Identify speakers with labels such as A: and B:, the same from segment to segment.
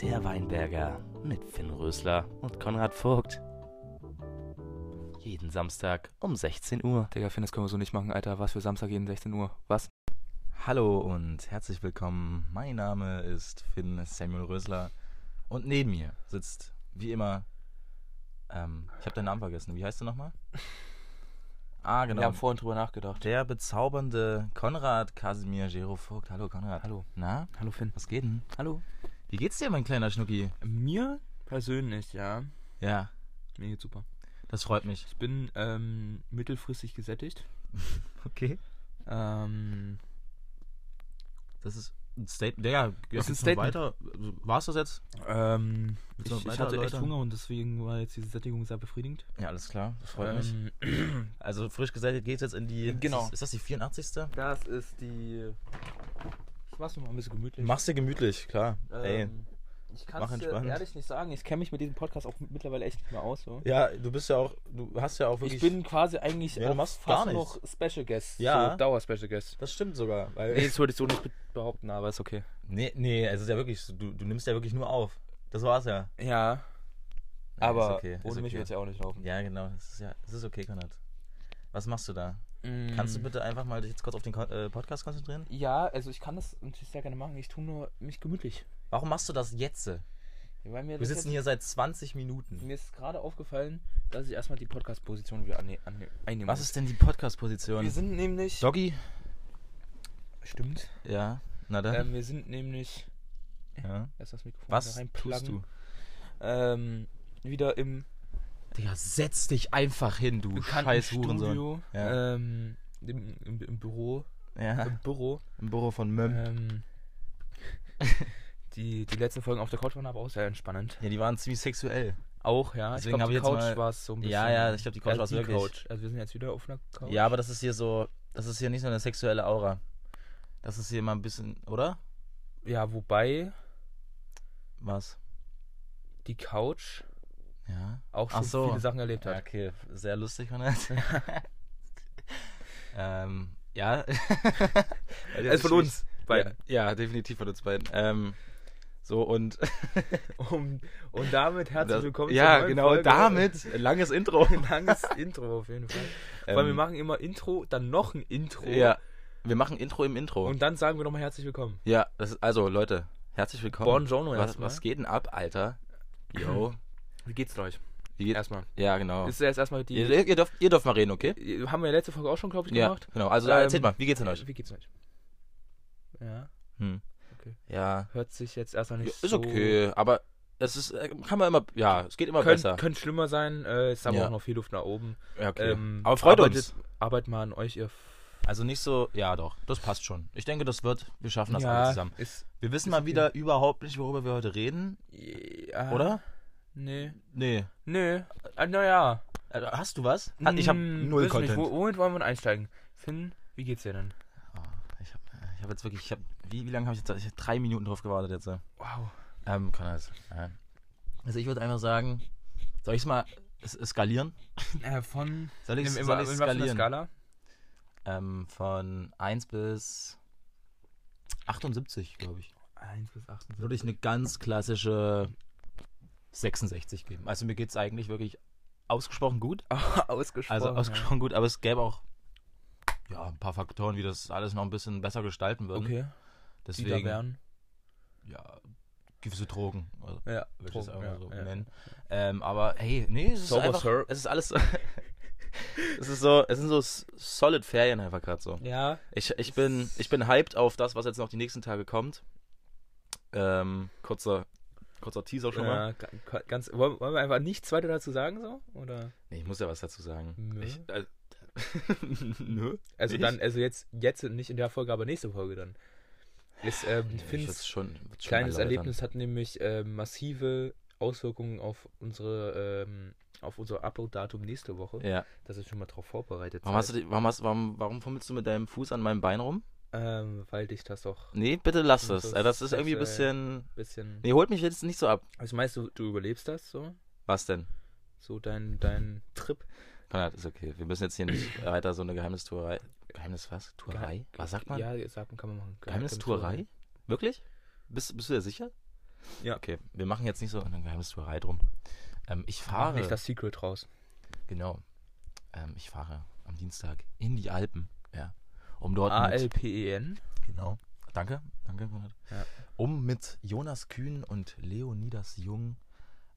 A: Der Weinberger mit Finn Rösler und Konrad Vogt. Jeden Samstag um 16 Uhr.
B: Digga, Finn, das können wir so nicht machen, Alter. Was für Samstag jeden 16 Uhr? Was?
C: Hallo und herzlich willkommen. Mein Name ist Finn Samuel Rösler und neben mir sitzt wie immer. Ähm, ich habe deinen Namen vergessen. Wie heißt du nochmal? Ah, genau.
B: Wir haben vorhin drüber nachgedacht.
C: Der bezaubernde Konrad Kasimir Gero Vogt. Hallo Konrad.
B: Hallo.
C: Na,
B: Hallo, Finn.
C: was geht denn?
B: Hallo.
C: Wie geht's dir, mein kleiner Schnucki?
D: Mir persönlich, ja.
C: Ja,
D: Mir geht's super.
C: das freut mich.
D: Ich bin ähm, mittelfristig gesättigt.
C: Okay.
D: Ähm,
C: Das ist ein Statement. Ja, jetzt
D: Das ist
C: noch
D: ein
C: weiter. War es das jetzt?
D: ähm,
C: Willst
D: ich,
C: du noch
D: ich
C: weiter
D: hatte echt
C: erläutern?
D: Hunger und deswegen war jetzt diese Sättigung sehr befriedigend.
C: Ja, alles klar. Das freut mich.
D: Ähm,
C: Also frisch gesättigt geht's jetzt in die.
D: Genau.
C: Ist das, ist das die 84.?
D: das ist die. Ich mach's mir mal ein bisschen gemütlich.
C: Mach's dir gemütlich, klar.
D: Ähm, ich
C: mach
D: kann's dir
C: entspannt.
D: ehrlich nicht sagen. Ich kenne mich mit diesem Podcast auch mittlerweile echt nicht mehr aus. So.
C: Ey. Ja, du bist ja auch. Du hast ja auch
D: Ich
C: wirklich.
D: bin quasi eigentlich
C: Ja, du
D: auch
C: machst
D: fast
C: gar
D: noch Special Guest.
C: Ja.
D: So, Dauer-Special Guest.
C: Das stimmt sogar. Weil
B: Nee, das würde ich so nicht behaupten, aber ist okay.
C: nee, nee, es ist ja wirklich. so, Du, du nimmst ja wirklich nur auf. Das war's ja.
B: Ja.
C: ist
B: Aber
C: okay, ist
B: ohne mich
C: okay.
B: wird es ja auch nicht laufen.
C: Ja, genau. Es ist, ja, es ist okay, Konrad. Was machst du da?
D: Mm.
C: Kannst du bitte einfach mal dich jetzt kurz auf den Kon äh, Podcast konzentrieren?
D: Ja, also ich kann das natürlich sehr gerne machen. Ich tue nur mich gemütlich.
C: Warum machst du das jetzt? Wir
D: Weil mir das
C: sitzen hier seit 20 Minuten.
D: Mir ist gerade aufgefallen, dass ich erstmal die Podcast-Position wieder anne anne einnehme.
C: Was ist denn die
D: Wir
C: Podcast-Position?
D: sind nämlich.
C: Doggy?
D: Stimmt.
C: Ja. Na dann.
D: Ähm, wir sind nämlich.
C: ja.
D: Erst das Mikrofon
C: Was
D: da
C: tust du?
D: reinpluggen. Ähm, wieder im
C: Digga, setz dich einfach hin, du
D: bekannten
C: scheiß Hurensohn.
D: Studio.
C: Ja.
D: Ähm, im, im, Im Büro. Im
C: Ja.
D: Büro.
C: Im Büro von Möm.
D: Ähm, die, die letzten Folgen auf der Couch waren aber auch sehr entspannend.
C: Ja, die waren ziemlich sexuell.
D: Auch, ja.
C: Deswegen
D: ich
C: hab
D: glaube,
C: ich
D: die
C: jetzt mal-
D: Couch war es so ein bisschen.
C: Ja, ja, ich glaub, die Couch
D: also
C: war's
D: die
C: wirklich.
D: Couch. Also wir sind jetzt wieder auf einer Couch.
C: Ja, aber das ist hier so, das ist hier nicht so eine sexuelle Aura. Das ist hier mal ein bisschen, oder?
D: ja, wobei
C: Was?
D: die Couch
C: Ja.
D: auch
C: Ach
D: schon
C: so.
D: viele Sachen erlebt
C: Ja,
D: hat.
C: okay, sehr lustig, Konrad. ähm, ja.
B: Also von uns
C: beiden.
B: beiden.
C: Ja, definitiv von uns beiden. Ähm, so und
D: Und, Um, und damit herzlich
C: das-
D: willkommen
C: Ja,
D: zur neuen
C: genau,
D: Folge.
C: damit Ähm, langes Intro.
D: Ein langes Intro auf jeden Fall. Weil wir
C: Ähm,
D: machen immer Intro, dann noch ein Intro
C: Ja, wir machen Intro im Intro.
D: und dann sagen wir nochmal herzlich willkommen.
C: ja, das ist, also Leute, herzlich willkommen.
D: Buongiorno
C: was,
D: erstmal.
C: was geht denn ab, Alter? Yo.
D: Wie geht's euch?
C: Wie geht's?
D: Erstmal.
C: Ja, genau.
D: Ist erst erstmal
C: ihr,
D: die.
C: ihr, dürft, ihr dürft mal reden, okay?
D: Haben wir ja letzte Folge auch schon, glaube ich,
C: Ja,
D: gemacht.
C: genau. Also
D: Ähm,
C: erzählt mal, wie geht's denn euch?
D: Wie geht's euch? Ja,
C: Hm.
D: Okay.
C: Ja,
D: hört sich jetzt erstmal
C: ja,
D: nicht
C: ist
D: so.
C: okay, aber es ist, äh, kann man immer, ja, es geht immer
D: Könnte
C: besser.
D: könnt schlimmer sein. Äh, ist aber
C: Ja.
D: auch noch viel Luft nach oben.
C: Ja, okay.
D: Ähm,
C: aber freut uns.
D: arbeitet, Arbeitet mal an euch, ihr. F-
C: Also nicht so, ja doch, das passt schon. Ich denke, das wird, wir schaffen das alle zusammen.
D: Ist,
C: Wir wissen mal wieder überhaupt nicht, worüber wir heute reden,
D: ja,
C: oder?
D: Nee.
C: Nee.
D: Nö, ah, naja.
C: Also, Hast du was? Hat- Ich habe
D: Hm,
C: null
D: weiß
C: Content.
D: Nicht, wo- womit wollen wir denn einsteigen? Finn, wie geht's dir denn?
C: Oh, ich habe ich hab jetzt wirklich, ich hab, wie, wie lange habe ich jetzt? Ich hab drei Minuten drauf gewartet jetzt. äh.
D: Wow.
C: Ähm, kann das. Ja. Also ich würde einfach sagen, soll ich es mal es- es skalieren?
D: Äh, von
C: Soll ich
D: in,
C: es
D: in, in, was für einer
C: skalieren?
D: Skala?
C: Ähm, von 1 bis 78, glaube ich.
D: 1 bis 8.
C: Würde ich eine ganz klassische 66 geben. Also mir geht es eigentlich wirklich ausgesprochen gut.
D: ausgesprochen.
C: Also ausgesprochen gut, aber es gäbe auch ja, ein paar Faktoren, wie das alles noch ein bisschen besser gestalten
D: ja.
C: würden.
D: Okay, die da
C: Deswegen,
D: wären.
C: ja, gewisse Drogen. Also,
D: Ja,
C: würde ich das
D: Drogen,
C: einfach
D: ja,
C: so
D: ja.
C: nennen. Ähm, aber hey, nee, es ist
D: Sauber,
C: einfach,
D: Sir.
C: es ist alles so, es ist so, es sind so s- solid Ferien einfach gerade so.
D: Ja,
C: Ich, ich, bin, ich bin hyped auf das, was jetzt noch die nächsten Tage kommt. Ähm, kurzer, kurzer Teaser schon mal.
D: ja ga- ganz, wollen, wollen wir einfach nichts weiter dazu sagen so? Oder?
C: Nee, ich muss ja was dazu sagen.
D: Nö.
C: Ich, äh, nö.
D: Also
C: Ich?
D: dann, also jetzt, jetzt nicht in der Folge, aber nächste Folge dann. Ist ähm,
C: Ich würd's
D: Finns
C: schon, würd's schon
D: kleines
C: erläutern.
D: Erlebnis hat nämlich äh, massive Auswirkungen auf unsere ähm, auf unser Upload-Datum nächste Woche.
C: Ja.
D: dass ihr schon mal drauf vorbereitet
C: Warum, hast du, dich- warum, hast, warum, warum fummelst du mit deinem Fuß an meinem Bein rum?
D: ähm, weil dich das doch ein
C: Nee, bitte lass
D: Das
C: das.
D: ist
C: Äh, Das ist irgendwie ein
D: sexuell.
C: bisschen.
D: bisschen.
C: Nee, holt mich jetzt nicht so ab.
D: Also meinst du, du überlebst das so?
C: Was denn?
D: So dein, dein Trip?
C: Konrad, ist okay. Wir müssen jetzt hier nicht weiter so eine Geheimnistuerei. Geheimnis was? Tuerei? Was sagt man?
D: Ja, sagt man, kann man machen.
C: Geheimnistuerei? Wirklich?
A: Bist, bist du dir sicher?
C: Okay, wir machen jetzt nicht so eine Geheimnistuerei drum. Ähm, ich
D: Mach
C: fahre.
D: nicht das Secret raus.
C: Genau. Ähm, ich fahre am Dienstag in die Alpen, ja. Um dort mit,
D: A-L-P-E-N.
C: Genau. Danke, danke, Konrad.
D: Ja.
C: Um mit Jonas Kühn und Leonidas Jung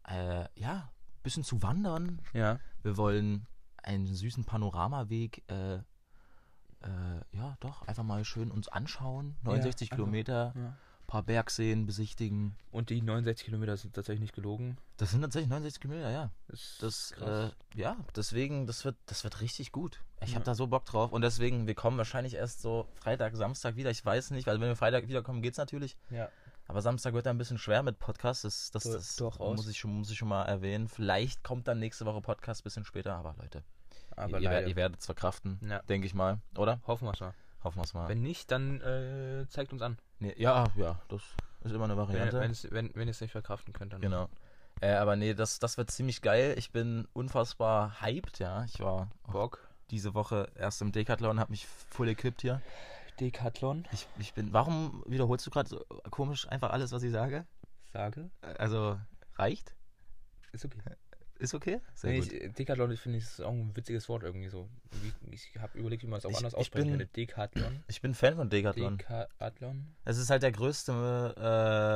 C: äh, ja, ein bisschen zu wandern.
D: Ja.
C: Wir wollen einen süßen Panoramaweg, äh, äh, ja, doch, einfach mal schön uns anschauen. 69
D: einfach,
C: Kilometer,
D: ja.
C: paar Bergseen besichtigen.
D: Und die 69 Kilometer sind tatsächlich nicht gelogen.
C: Das sind tatsächlich 69 Kilometer, ja.
D: Ist
C: Das, äh,
D: krass.
C: ja, deswegen, das wird, das wird richtig gut. Ich habe
D: Ja.
C: da so Bock drauf und deswegen, wir kommen wahrscheinlich erst so Freitag, Samstag wieder. Ich weiß nicht, weil wenn wir Freitag wiederkommen, geht's natürlich.
D: ja.
C: Aber Samstag wird da ein bisschen schwer mit Podcast. Das, das,
D: Du-
C: das
D: durchaus.
C: muss, ich schon, muss ich schon mal erwähnen. Vielleicht kommt dann nächste Woche Podcast ein bisschen später, aber Leute,
D: Aber
C: ihr,
D: leider.
C: ihr werdet es verkraften,
D: Ja.
C: denke ich mal, oder?
D: Hoffen wir's mal.
C: Hoffen wir es mal.
D: Wenn nicht, dann äh, zeigt uns an.
C: nee, ja, ja, das ist immer eine
D: Wenn,
C: Variante.
D: wenn, es, wenn, wenn ihr es nicht verkraften könnt, dann.
C: Genau. Äh, aber nee, das, das wird ziemlich geil. Ich bin unfassbar hyped, ja. Ich war
D: Bock.
C: diese Woche erst im Decathlon, habe mich voll equipped hier.
D: Decathlon.
C: Ich, ich bin. Warum wiederholst du gerade so komisch einfach alles, was ich sage?
D: Sage.
C: Also reicht?
D: Ist okay.
C: Ist okay? Sehr
D: Nee,
C: gut.
D: ich, äh, Decathlon, ich finde, ist auch ein witziges Wort irgendwie so. Wie- Ich habe überlegt, wie man es auch
C: Ich-
D: anders
C: ich
D: aussprechen
C: bin-
D: könnte. Decathlon.
C: Ich bin Fan von Decathlon.
D: Decathlon.
C: es ist halt der größte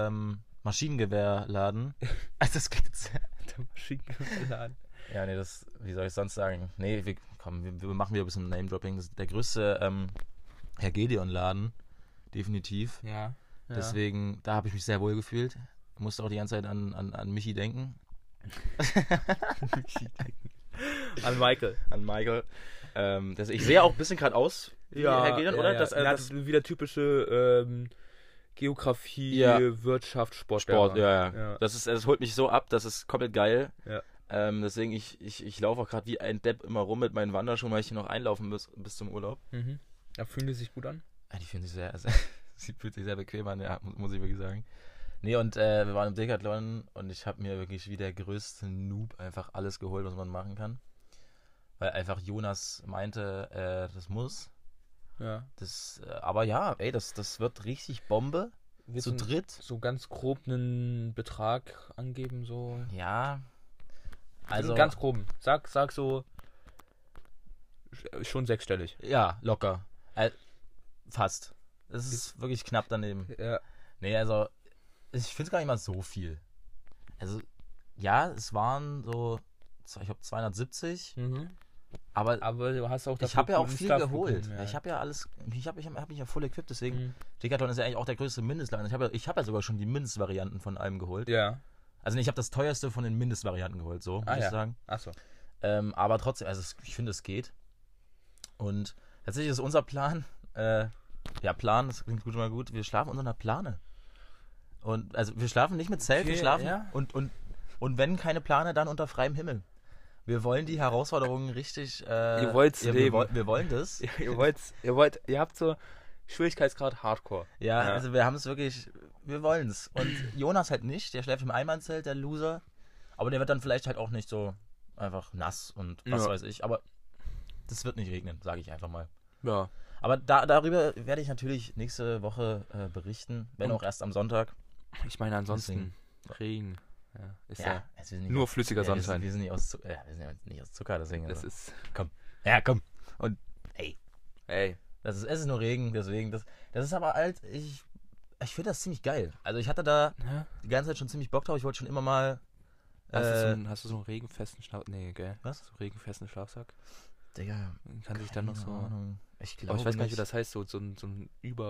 C: ähm, Maschinengewehrladen. Also das gibt's.
D: Der Maschinengewehrladen.
C: Ja, nee, das. Wie soll ich sonst sagen? Nee, wir, komm, wir, wir machen wieder ein bisschen Name-Dropping. Das ist Der größte ähm, Herr Gedeon-Laden. Definitiv.
D: Ja. ja.
C: Deswegen, da habe ich mich sehr wohl gefühlt. Musste auch die ganze Zeit an, an, an Michi denken.
D: An Michael.
C: An Michael. Ähm, das, ich sehe auch ein bisschen gerade aus, wie Herr Gedeon, oder?
D: Ja.
C: Das, äh,
D: Na,
C: das,
D: wieder typische ähm, Geografie,
C: Ja.
D: Wirtschaft, Sport.
C: Sport, ja, ja.
D: Ja.
C: Das, ist, das holt mich so ab, das ist komplett geil.
D: Ja.
C: Ähm, deswegen, ich, ich, ich laufe auch gerade wie ein Depp immer rum mit meinen Wanderschuhen, weil ich hier noch einlaufen muss bis zum Urlaub.
D: Mhm. Da fühlen die sich gut an.
C: Ah, die fühlen sich sehr, sehr, sie fühlt sich sehr bequem an, ja, mu- muss ich wirklich sagen. Nee, und äh, wir waren im Decathlon und ich habe mir wirklich wie der größte Noob einfach alles geholt, was man machen kann. Weil einfach Jonas meinte, äh, das muss.
D: Ja.
C: Das, äh, aber ja, ey, das, das wird richtig Bombe. Zu
D: Wissen-
C: dritt.
D: So ganz grob einen Betrag angeben, so.
C: Ja.
D: Also
C: Also,
D: ganz groben. Sag, sag so. sch- Schon sechsstellig.
C: ja, locker. Äh, fast. Es ist wirklich knapp daneben.
D: Ja.
C: Nee, also, ich finde es gar nicht mal so viel. Also, ja, es waren so, ich habe 270,
D: Mhm.
C: aber
D: Aber du hast auch
C: ich
D: dafür
C: habe ja auch
D: guten
C: viel
D: Stuff
C: geholt.
D: bekommen, ja.
C: Ich habe ja alles, ich habe ich hab, hab mich ja voll equipped, deswegen,
D: Mhm.
C: Decathlon ist ja eigentlich auch der größte Mindestladen. Ich habe ja, ich hab ja sogar schon die Mindestvarianten von allem geholt.
D: Ja.
C: Also, nee, ich habe das teuerste von den Mindestvarianten geholt, so, muss
D: Ah,
C: ich
D: ja.
C: sagen.
D: Achso.
C: Ähm, aber trotzdem, also es- ich finde, es geht. Und tatsächlich ist unser Plan, äh, ja, Plan, das klingt gut mal gut, wir schlafen unter einer Plane. Und also wir schlafen nicht mit Zelt, wir
D: Okay,
C: schlafen
D: ja.
C: und, und, und wenn keine Plane, dann unter freiem Himmel. Wir wollen die Herausforderungen richtig. Äh,
D: Ihr wollt's
C: ja, wir,
D: leben.
C: woll- wir wollen das. ja,
D: ihr wollt, ihr wollt, ihr habt so Schwierigkeitsgrad Hardcore. Ja.
C: also wir haben es wirklich, wir wollen es. Und Jonas halt nicht, der schläft im Einmannzelt, der Loser. Aber der wird dann vielleicht halt auch nicht so einfach nass und was
D: Ja.
C: weiß ich. Aber das wird nicht regnen, sage ich einfach mal.
D: Ja.
C: Aber da, darüber werde ich natürlich nächste Woche äh, berichten, wenn
D: Und-
C: auch erst am Sonntag.
D: Ich meine, ansonsten Regen. Ja, ist ja,
C: es ist nicht
D: nur
C: aus,
D: flüssiger
C: ja, wir sind-
D: Sonnenschein.
C: Wir sind nicht aus, Zu- ja, wir sind ja nicht aus Zucker, deswegen.
D: das
C: also-
D: ist.
C: ja, komm. Und ey,
D: Ey.
C: das ist, es ist nur Regen, deswegen. Das, das ist aber alt. Ich, ich finde das ziemlich geil. Also ich hatte da
D: Ja?
C: die ganze Zeit schon ziemlich Bock drauf. Ich wollte schon immer mal.
B: Hast, du so
C: Äh,
B: einen, hast du so einen regenfesten Schlafsack? Nee, gell?
C: Was?
B: So einen regenfesten Schlafsack?
C: Digga,
B: Man Kann sich dann noch so. Aber
C: Ahnung. Ich glaube,
B: ich weiß gar nicht, wie
C: nicht.
B: das heißt, so, so, ein, so ein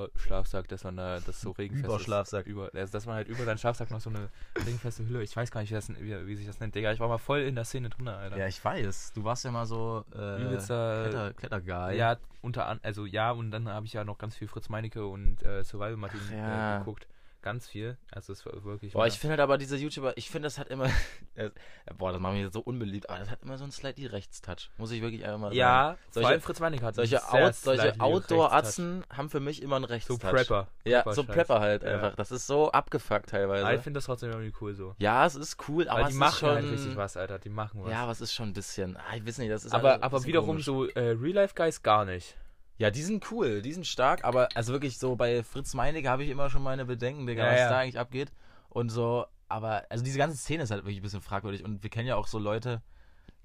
B: Überschlafsack, dass man da das so regenfest
C: Überschlafsack.
B: Ist. Über, also, dass man halt über deinen Schlafsack noch so eine regenfeste Hülle. Ich weiß gar nicht, wie, das, wie, wie sich das nennt. Digga, ich war mal voll in der Szene drin, Alter.
C: Ja, ich weiß. Du warst ja mal so äh,
B: Übelster-
C: Kletter, Klettergeil.
B: Ja, unter an, also ja, und dann habe ich ja noch ganz viel Fritz Meinecke und äh, Survival Martin
C: Ach ja.
B: äh, geguckt. Ganz viel. Also es war wirklich.
C: Boah, ich finde halt aber diese YouTuber, ich finde, das hat immer. Äh, boah, das macht mich jetzt so unbeliebt, aber das hat immer so einen slightly Rechtstouch. Muss ich wirklich einfach mal sagen.
B: ja,
C: solche-
B: vor allem Fritz Meinecke hat
C: Solche,
B: einen sehr
C: Out, solche
B: slightly rechts
C: Outdoor-Atzen haben für mich immer einen
B: touch. So
C: Rechtstouch.
B: Prepper.
C: Ja, so Prepper halt
B: Ja.
C: einfach. Das ist so abgefuckt teilweise.
B: Aber ich finde das trotzdem irgendwie cool so.
C: ja, es ist cool,
B: Weil
C: aber es
B: die
C: ist
B: machen
C: schon.
B: halt richtig was, Alter. Die machen was.
C: Ja, aber es ist schon ein bisschen. Ah, ich weiß nicht, das ist.
B: aber
C: alles ein
B: aber
C: bisschen
B: wiederum
C: komisch.
B: so äh, Real Life Guys gar nicht.
C: Ja, die sind cool, die sind stark, aber also wirklich so bei Fritz Meinecke habe ich immer schon meine Bedenken, Digga,
B: Ja,
C: was
B: ja.
C: da eigentlich abgeht. Und so, aber also diese ganze Szene ist halt wirklich ein bisschen fragwürdig und wir kennen ja auch so Leute,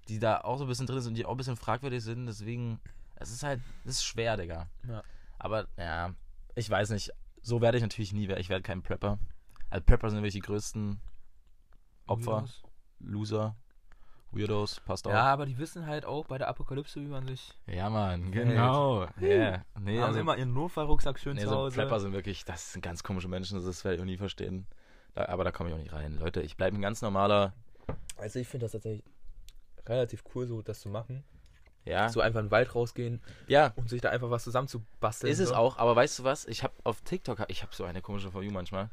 C: die da auch so ein bisschen drin sind und die auch ein bisschen fragwürdig sind, deswegen, es ist halt, es ist schwer, Digga.
B: Ja.
C: Aber ja, ich weiß nicht, so werde ich natürlich nie, wer- ich werde kein Prepper. Also Prepper sind wirklich die größten Opfer,
B: Weirdos.
C: Loser, Weirdos, passt auch.
B: Ja, aber die wissen halt auch bei der Apokalypse, wie man sich.
C: Ja, Mann, genau. Ja, nee,
B: haben immer ihren Notfallrucksack schön
C: also- Nee,
B: zu
C: so
B: Hause.
C: Prepper sind wirklich, das sind ganz komische Menschen, das- das werde ich auch nie verstehen. Da, aber da komme ich auch nicht rein. Leute, ich bleibe ein ganz normaler,
D: Also ich finde das tatsächlich relativ cool, so das zu machen.
C: ja,
D: So einfach in den Wald rausgehen
C: ja,
D: und sich da einfach was zusammenzubasteln.
C: ist es
D: so.
C: auch, aber weißt du was, ich habe auf TikTok, hab- ich habe so eine komische For You manchmal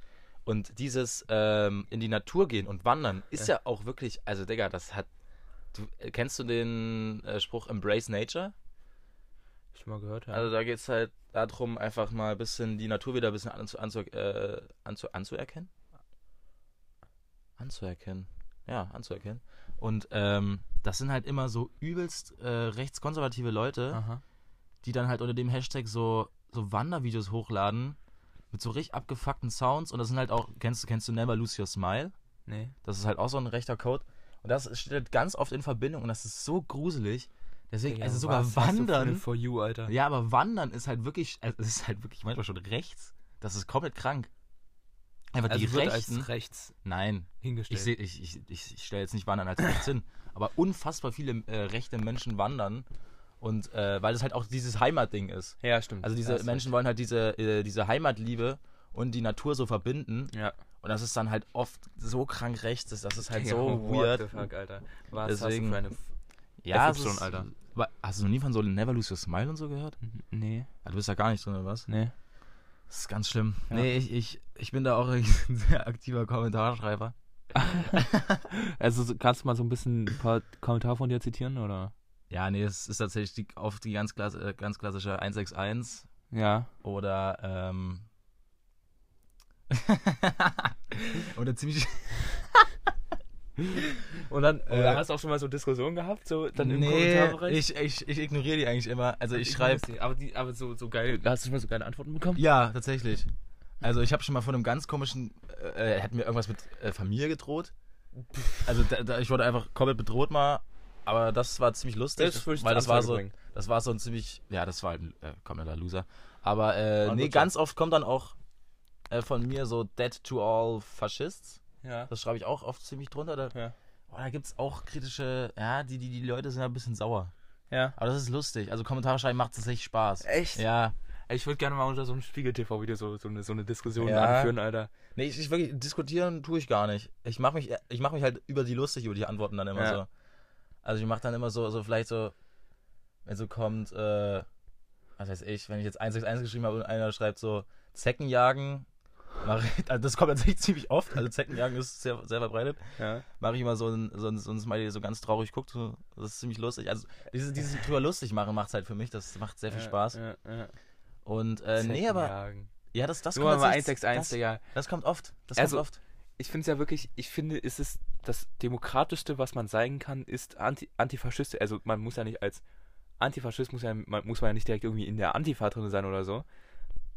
C: und dieses ähm, in die Natur gehen und wandern ist ja, auch wirklich, also Digga, das hat, du, äh, kennst du den äh, Spruch Embrace Nature?
B: Hab ich mal gehört, ja.
C: Also da geht es halt darum, einfach mal ein bisschen die Natur wieder ein bisschen anzu, anzu, äh, anzu, anzuerkennen. Anzuerkennen. Ja, anzuerkennen. Und ähm, das sind halt immer so übelst äh, rechtskonservative Leute,
B: Aha.
C: die dann halt unter dem Hashtag so, so Wandervideos hochladen mit so richtig abgefuckten Sounds. Und das sind halt auch, kennst, du- kennst du Never Lose Your Smile?
B: Nee.
C: Das ist halt auch so ein rechter Code. Und das steht halt ganz oft in Verbindung und das ist so gruselig. Deswegen, also sogar
B: was hast du für eine
C: Wandern.
B: For you, Alter.
C: Ja, aber Wandern ist halt wirklich, also es ist halt wirklich manchmal schon rechts. Das ist komplett krank. Einfach
B: also
C: die
B: wird
C: Rechten.
B: als rechts
C: Nein,
B: hingestellt.
C: ich, seh- ich, ich, ich, ich stelle jetzt nicht Wandern als rechts hin. Aber unfassbar viele äh, rechte Menschen wandern. Und äh, weil das halt auch dieses Heimatding ist.
D: Ja, stimmt.
C: Also diese
D: Ja, ist
C: Menschen wollen halt diese, äh, diese Heimatliebe und die Natur so verbinden.
B: ja.
C: Und das ist dann halt oft so krank rechts, das, das ist halt
B: Digga,
C: so
B: what the
C: weird.
B: fuck, Alter. Was
C: Deswegen-
B: hast du für
C: Ja,
B: FY,
C: es ist-
B: Alter.
C: Aber Hast du noch nie von so Never Lose Your Smile und so gehört?
B: eine... Nee,
C: Ah, du bist ja gar nicht drin, oder was?
B: nee.
C: Das ist ganz schlimm.
B: Ja.
C: Nee, ich, ich, ich bin da auch ein sehr aktiver Kommentarschreiber.
B: Also so- kannst du mal so ein bisschen ein paar Kommentare von dir zitieren, oder?
C: Ja, nee, es ist tatsächlich die, oft die ganz, klass, äh, ganz klassische 161
B: Ja.
C: oder ähm, oder ziemlich
D: Und dann äh,
C: Oder-
D: hast du auch schon mal so Diskussionen gehabt, so dann im
C: nee,
D: Kommentarbereich?
C: ich, ich, ich ignoriere die eigentlich immer. Also ich
D: weiß
C: schreibe
D: nicht, Aber, die, aber so, so geil. Hast du schon mal so geile Antworten bekommen?
C: ja, tatsächlich. Also ich habe schon mal von einem ganz komischen, äh, er hat mir irgendwas mit äh, Familie gedroht. Also da, da, ich wurde einfach komplett bedroht mal, aber das war ziemlich lustig,
D: würd ich
C: weil
D: zur
C: das war
D: Anfrage
C: so,
D: bringen.
C: Das war so ein ziemlich, ja, das war halt ein äh, kompletter Loser. Aber äh,
D: War ein
C: nee,
D: Lutscher.
C: ganz oft kommt dann auch äh, von mir so Dead to all Faschists.
D: Ja.
C: Das schreibe ich auch oft ziemlich drunter. Da,
D: Ja.
C: oh, da gibt es auch kritische, ja, die, die, die Leute sind ein bisschen sauer.
D: Ja.
C: Aber das ist lustig. Also Kommentare schreiben macht tatsächlich Spaß.
D: Echt?
C: Ja.
D: Ich würde gerne mal unter so einem Spiegel-TV-Video so, so, eine, so eine Diskussion
C: Ja.
D: anführen, Alter.
C: Nee, ich, ich wirklich, diskutieren tue ich gar nicht. Ich mache mich, ich mach mich halt über die lustig, über die Antworten dann immer
D: Ja.
C: so. Also ich mache dann immer so, so vielleicht so, wenn so kommt, äh, was weiß ich, wenn ich jetzt 161 geschrieben habe und einer schreibt so, Zecken jagen, mach ich, also das kommt tatsächlich ziemlich oft, also Zecken jagen ist sehr, sehr verbreitet,
D: Ja.
C: mache ich immer so ein, so, ein, so ein Smiley, der so ganz traurig guckt, so, das ist ziemlich lustig. Also dieses, dieses drüber lustig machen macht halt für mich, das macht sehr viel Spaß.
D: Ja, ja.
C: Und äh, nee, aber, ja, das, das
D: Nur mal
C: tatsächlich-
D: 161,
C: das,
D: Digga.
C: das kommt oft, das
D: Also,
C: kommt oft.
D: Ich finde es ja wirklich, ich finde, es ist das Demokratischste, was man sein kann, ist Anti Antifaschist. Also man muss ja nicht als Antifaschist, muss, ja, man, muss man ja nicht direkt irgendwie in der Antifa drin sein oder so.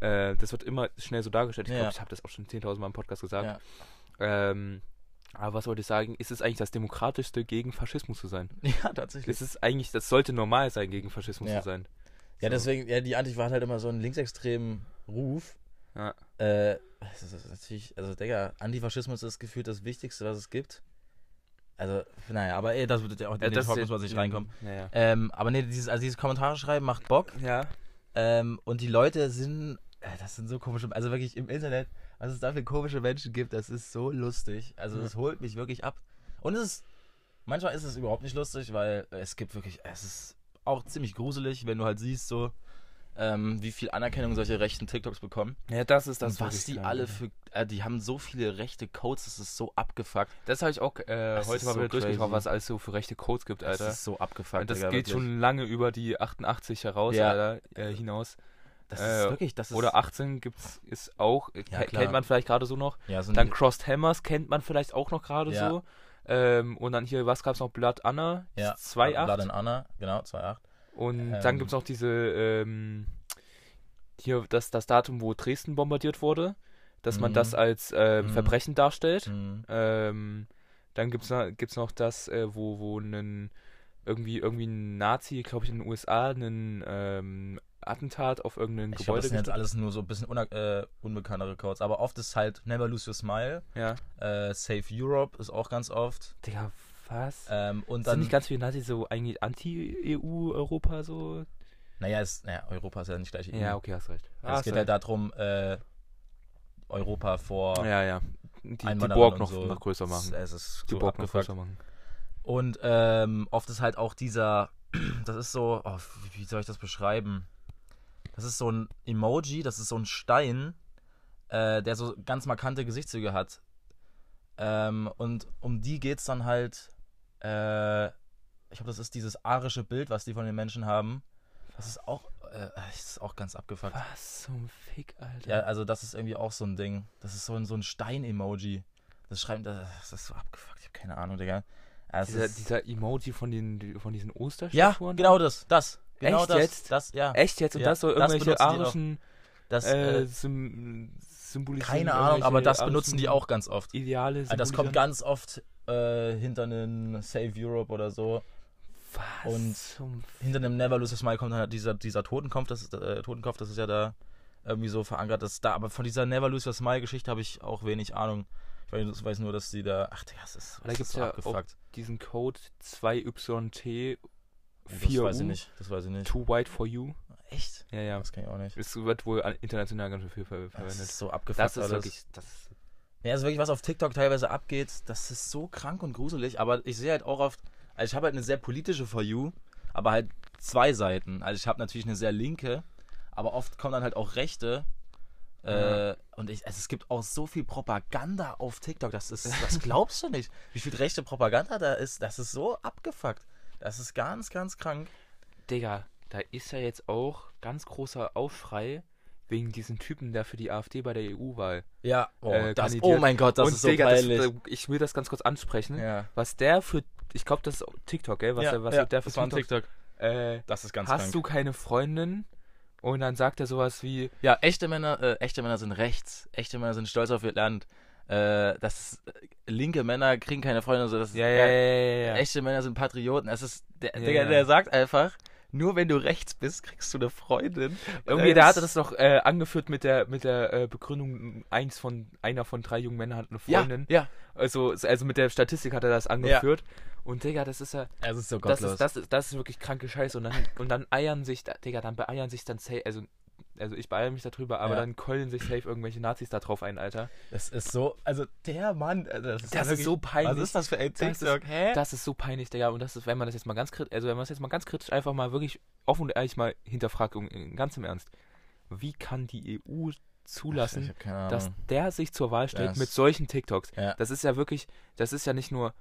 D: Äh, das wird immer schnell so dargestellt. Ich
C: Ja.
D: glaube, ich habe das auch schon 10.000 Mal im Podcast gesagt. Ähm, aber was wollte ich sagen? Ist es eigentlich das Demokratischste, gegen Faschismus zu sein?
C: Ja, tatsächlich.
D: Es ist eigentlich, das sollte normal sein, gegen Faschismus
C: Ja.
D: zu sein.
C: Ja, deswegen, ja, die Antifa hat halt immer so einen linksextremen Ruf.
D: Ja.
C: Äh, das ist natürlich, also Digga, Antifaschismus ist gefühlt das Wichtigste, was es gibt. Also, naja, aber ey, das wird ja auch in
D: Ja,
C: den
D: das
C: Talk
D: ist
C: muss man
D: jetzt- Hm,
C: sich reinkommen.
D: Ja, ja.
C: Ähm, aber nee, dieses, also dieses Kommentare schreiben macht Bock.
D: Ja,
C: Ähm, und die Leute sind, äh, das sind so komische, also wirklich im Internet, was es da für komische Menschen gibt, das ist so lustig. Also das holt mich wirklich ab. Und es ist, manchmal ist es überhaupt nicht lustig, weil es gibt wirklich, es ist auch ziemlich gruselig, wenn du halt siehst so, ähm, wie viel Anerkennung solche rechten TikToks bekommen.
D: ja das ist das.
C: und was
D: wirklich
C: die
D: krank,
C: alle
D: Alter.
C: für, äh, die haben so viele rechte Codes, das ist so abgefuckt.
D: Das habe ich auch äh,
C: Das
D: heute
C: ist
D: mal
C: so
D: wieder durchgeschaut,
C: crazy.
D: was es alles so für rechte Codes gibt, Alter.
C: Das ist so abgefuckt.
D: Und das
C: Digga,
D: geht
C: wirklich.
D: schon lange über die 88 heraus,
C: Ja.
D: Alter, äh, hinaus.
C: Das
D: äh,
C: ist wirklich, das ist.
D: Oder 18 gibt's ist auch, äh,
C: Ja,
D: ke-
C: klar.
D: kennt man vielleicht gerade so noch.
C: ja, so ein-
D: Dann Crossed Hammers kennt man vielleicht auch noch gerade
C: Ja.
D: so. Ähm, und dann hier, was gab's noch? Blood Anna
C: ja,
D: 2.8
C: Blood and Anna, genau, 2.8.
D: und, Und
C: Ähm.
D: dann gibt es noch diese, ähm, hier das, das Datum, wo Dresden bombardiert wurde, dass man
C: Mhm.
D: das als ähm,
C: Mhm.
D: Verbrechen darstellt.
C: Mhm.
D: Ähm, dann gibt es noch, gibt's noch das, äh, wo, wo ein irgendwie, irgendwie ein Nazi, glaube ich, in den USA einen ähm, Attentat auf irgendein
C: Ich glaube,
D: Gebäude
C: das sind jetzt
D: gesto-
C: alles nur so ein bisschen uner- äh, unbekannte Records. Aber oft ist halt Never Lose Your Smile,
D: Ja.
C: äh, Save Europe ist auch ganz oft.
D: Digga, was?
C: Ähm, und
D: sind
C: dann,
D: nicht ganz viele Nazis so eigentlich anti-EU-Europa so?
C: naja, ist, naja, Europa ist ja nicht gleich EU.
D: Ja, okay, Ah, hast recht.
C: Also es geht halt darum, äh, Europa vor
D: Ja, ja. Die, die
C: Einwanderern
D: Burg
C: und
D: noch,
C: so.
D: noch größer machen.
C: Es ist äh,
D: Die
C: so
D: Burg noch
C: abgefuckt.
D: größer machen.
C: Und ähm, oft ist halt auch dieser, das ist so, oh, wie- wie soll ich das beschreiben? Das ist so ein Emoji, das ist so ein Stein, äh, der so ganz markante Gesichtszüge hat. Ähm, und um die geht's dann halt, äh, ich glaube, das ist dieses arische Bild, was die von den Menschen haben. Das ist auch, äh, das ist auch ganz abgefuckt.
D: Was zum Fick, Alter.
C: Ja, also das ist irgendwie auch so ein Ding. Das ist so ein, so ein Stein-Emoji. Das schreiben, das, das ist so abgefuckt, ich habe keine Ahnung, Digga. Ja, es
D: dieser,
C: ist-
D: dieser Emoji von, den, von diesen
C: ja,
D: Osterstatuen.
C: genau das, das. Genau
D: Echt
C: das,
D: jetzt? Äh,
C: Das, ja.
D: Echt jetzt? Und
C: Ja,
D: das so
C: das
D: irgendwelche
C: benutzen die auch.
D: arischen
C: Das,
D: äh,
C: äh,
D: sym symbolisieren.
C: keine Ahnung, aber
D: irgendwelche
C: das benutzen die
D: arischen
C: auch ganz oft.
D: Ideale
C: Also das kommt
D: symbolisieren.
C: ganz oft äh, hinter einem Save Europe oder so.
D: Was
C: und-
D: zum Fick?
C: Hinter einem Never Lose a Smile kommt dann halt dieser, dieser Totenkopf, das ist, äh, Totenkopf, das ist ja da irgendwie so verankert. Das ist da, aber von dieser Never Lose a Smile Geschichte habe ich auch wenig Ahnung. Ich weiß, weiß nur, dass die da. Ach, Digga, das ist,
D: Da
C: das
D: gibt's
C: ist so
D: ja auch-
C: abgefuckt.
D: Diesen Code 2YT4U.
C: das weiß ich nicht. Das weiß ich nicht.
D: Too white for you.
C: Echt?
D: Ja, ja.
C: Das kann ich auch nicht.
D: Es wird wohl an- international ganz schön viel ver
C: Das
D: verwendet.
C: ist so abgefuckt.
D: Das ist
C: alles.
D: wirklich. Das ist,
C: Ja, also wirklich, was auf TikTok teilweise abgeht, das ist so krank und gruselig, aber ich sehe halt auch oft, also ich habe halt eine sehr politische For You, aber halt zwei Seiten. Also ich habe natürlich eine sehr linke, aber oft kommen dann halt auch rechte. Äh, Und ich, also es gibt auch so viel Propaganda auf TikTok, das ist, das glaubst du nicht. Wie viel rechte Propaganda da ist, das ist so abgefuckt. Das ist ganz, ganz krank.
D: Digga, da ist ja jetzt auch ganz großer Aufschrei wegen diesen Typen, der für die AfD bei der EU-Wahl.
C: Ja, oh,
D: Äh,
C: das,
D: kandidiert.
C: oh mein Gott, das
D: Und
C: ist so
D: Digga, das,
C: peinlich.
D: da- ich will das ganz kurz ansprechen.
C: ja.
D: Was der für. Ich glaube, das ist TikTok, gell? Was, der, was der für
C: das war ein
D: TikTok.
C: TikTok.
D: Äh,
C: Das ist ganz
D: hast
C: krank.
D: du keine Freundin? Und dann sagt er sowas wie.
C: Ja, echte Männer, äh, echte Männer sind rechts. Echte Männer sind stolz auf ihr Land. Äh, das ist, äh, linke Männer kriegen keine Freunde. und So, das ist, äh,
D: ja,
C: Echte Männer sind Patrioten. Das ist, der,
D: Ja,
C: Digga,
D: ja.
C: der sagt einfach, nur wenn du rechts bist, kriegst du eine Freundin.
D: Irgendwie, da hatte das noch äh, angeführt mit der mit der äh, Begründung, eins von einer von drei jungen Männern hat eine
C: Ja,
D: Freundin.
C: ja.
D: Also, also mit der Statistik hat er das angeführt. Und Digga, das ist ja.
C: Es ist so
D: Das ist, das, ist, das ist wirklich kranke Scheiße. Und dann, und dann eiern sich, da- Digga, dann beeiern sich dann safe, also, also ich beeiere mich darüber, aber
C: Ja.
D: dann keulen sich safe irgendwelche Nazis da drauf ein, Alter.
C: Das ist so, also der Mann, äh, das ist,
D: Das ist
C: wirklich-
D: so peinlich.
C: Was ist das für ein
D: Das ist-
C: TikTok? Hä?
D: Das ist so peinlich, Digga. Und das ist, wenn man das jetzt mal ganz kritisch, also wenn man das jetzt mal ganz kritisch einfach mal wirklich offen und ehrlich mal hinterfragt, und in- ganz im Ernst. Wie kann die EU
C: Ich
D: zulassen,
C: hab keine Ahnung.
D: dass der sich zur Wahl stellt
C: Das-
D: mit solchen TikToks?
C: Ja.
D: Das ist ja wirklich, das ist ja nicht nur,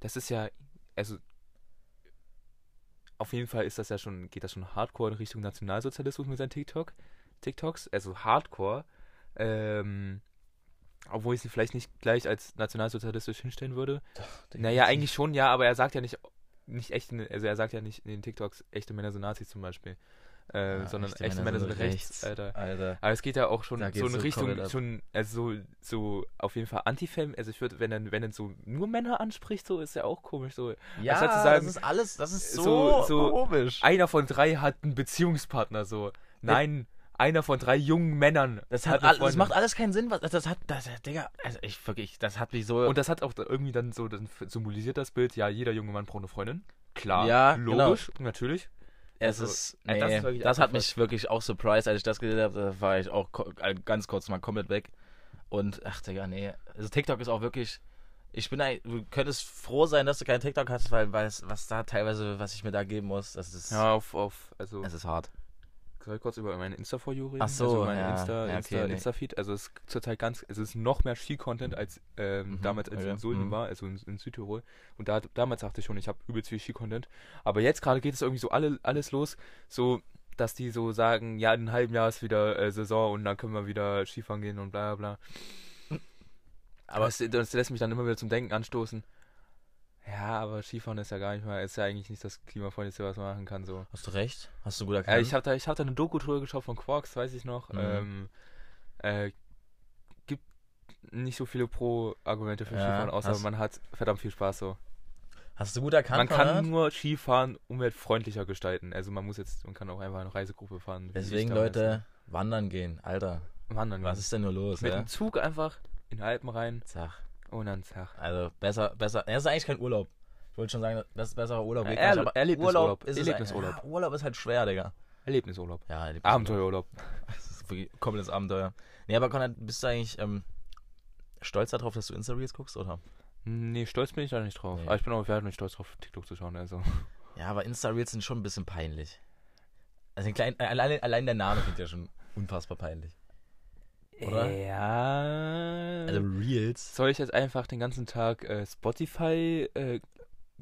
D: das ist ja, also auf jeden Fall ist das ja schon, geht das schon hardcore in Richtung Nationalsozialismus mit seinen TikTok, TikToks, also hardcore. Ähm, obwohl ich sie vielleicht nicht gleich als nationalsozialistisch hinstellen würde. Naja, eigentlich schon, ja, aber er sagt ja nicht, nicht echt, also er sagt ja nicht in den TikToks, echte Männer sind Nazis zum Beispiel, äh,
C: Ja,
D: sondern echte, Männer, sind rechts, Alter.
C: Alter.
D: Aber es geht ja auch schon
C: Da
D: so
C: geht's so
D: in
C: komplett
D: Richtung,
C: ab.
D: schon, also so, so auf jeden Fall Antifem. Also ich würde, wenn dann, wenn dann so nur Männer anspricht, so ist ja auch komisch. So
C: Ja,
D: anstatt zu sagen,
C: das ist alles, das ist so,
D: so- so-
C: komisch.
D: einer von drei hat einen Beziehungspartner, so. Nein, einer von drei jungen Männern.
C: Das, hat
D: eine
C: all, das
D: Freundin.
C: macht alles keinen Sinn, was das hat, das, Digga, also ich wirklich, das hat mich so.
D: Und das hat auch da irgendwie dann so, dann f- symbolisiert das Bild, ja, jeder junge Mann braucht eine Freundin. Klar,
C: Ja, genau.
D: logisch, natürlich.
C: es
D: also,
C: ist,
D: äh,
C: nee,
D: das
C: das,
D: ist wirklich
C: hat
D: abgefuckt.
C: mich wirklich auch surprised, als ich das gesehen habe, da war ich auch ko- äh, ganz kurz mal komplett weg. Und ach, Digga, nee, also TikTok ist auch wirklich, ich bin eigentlich, du könntest froh sein, dass du keinen TikTok hast, weil, weil es, was da teilweise, was ich mir da geben muss, das ist,
D: Ja, auf, auf, also,
C: es ist hart.
D: soll ich kurz über meine Insta-For-You reden?
C: Ach so,
D: also mein
C: ja.
D: Insta,
C: Ja, okay,
D: Insta,
C: nee.
D: Insta-Feed. Also, es ist zurzeit ganz, es ist noch mehr Ski-Content als ähm,
C: Mhm,
D: damals, als ich in
C: okay,
D: Sulden
C: mhm.
D: war, also in, in Südtirol. Und da, damals dachte ich schon, ich habe übelst viel Ski-Content. Aber jetzt gerade geht es irgendwie so alle, alles los, so, dass die so sagen, ja, in einem halben Jahr ist wieder äh, Saison und dann können wir wieder Skifahren gehen und bla bla. bla. Aber es, das lässt mich dann immer wieder zum Denken anstoßen. Ja, aber Skifahren ist ja gar nicht mal, ist ja eigentlich nicht das klimafreundlichste, was man machen kann, so.
C: Hast du recht? Hast du gut
D: Ja,
C: erkannt?
D: ich habe da, ich hab da eine Doku drüber geschaut von Quarks, weiß ich noch.
C: Mhm.
D: Ähm, äh, gibt nicht so viele Pro-Argumente für
C: Ja,
D: Skifahren, außer
C: hast-
D: man hat verdammt viel Spaß so.
C: Hast du gut erkannt,
D: Man
C: Konrad?
D: kann nur Skifahren umweltfreundlicher gestalten. Also man muss jetzt, man kann auch einfach eine Reisegruppe fahren. wie ich
C: Deswegen,
D: damals.
C: Leute, wandern gehen. Alter,
D: Wandern.
C: was
D: gehen.
C: ist denn nur los,
D: Mhm. Mit
C: ja?
D: dem Zug einfach in die Alpen rein
C: Zach.
D: und dann zack.
C: Also, besser, besser. Das ist eigentlich kein Urlaub. Ich wollte schon sagen, das ist besserer Urlaub.
D: Ja,
C: geht
D: Erl-
C: nicht, aber
D: Erlebnisurlaub.
C: Urlaub ist es-
D: Erlebnisurlaub.
C: Ja, Urlaub ist halt schwer, Digga.
D: Erlebnisurlaub.
C: Ja, Erlebnisurlaub.
D: Abenteuerurlaub.
C: Das ist wirklich ein komplettes Abenteuer. Nee, aber Konrad, bist du eigentlich ähm, stolz darauf, dass du Insta-Reels guckst, oder?
D: Nee, stolz bin ich da nicht drauf.
C: Nee.
D: Aber ich bin auch auf nicht stolz drauf, TikTok zu schauen. Also.
C: Ja, aber Insta-Reels sind schon ein bisschen peinlich. Also, ein klein, allein, allein der Name klingt ja schon unfassbar peinlich. Oder?
D: Ja.
C: Also, Reels.
D: Soll ich jetzt einfach den ganzen Tag äh, Spotify? Äh,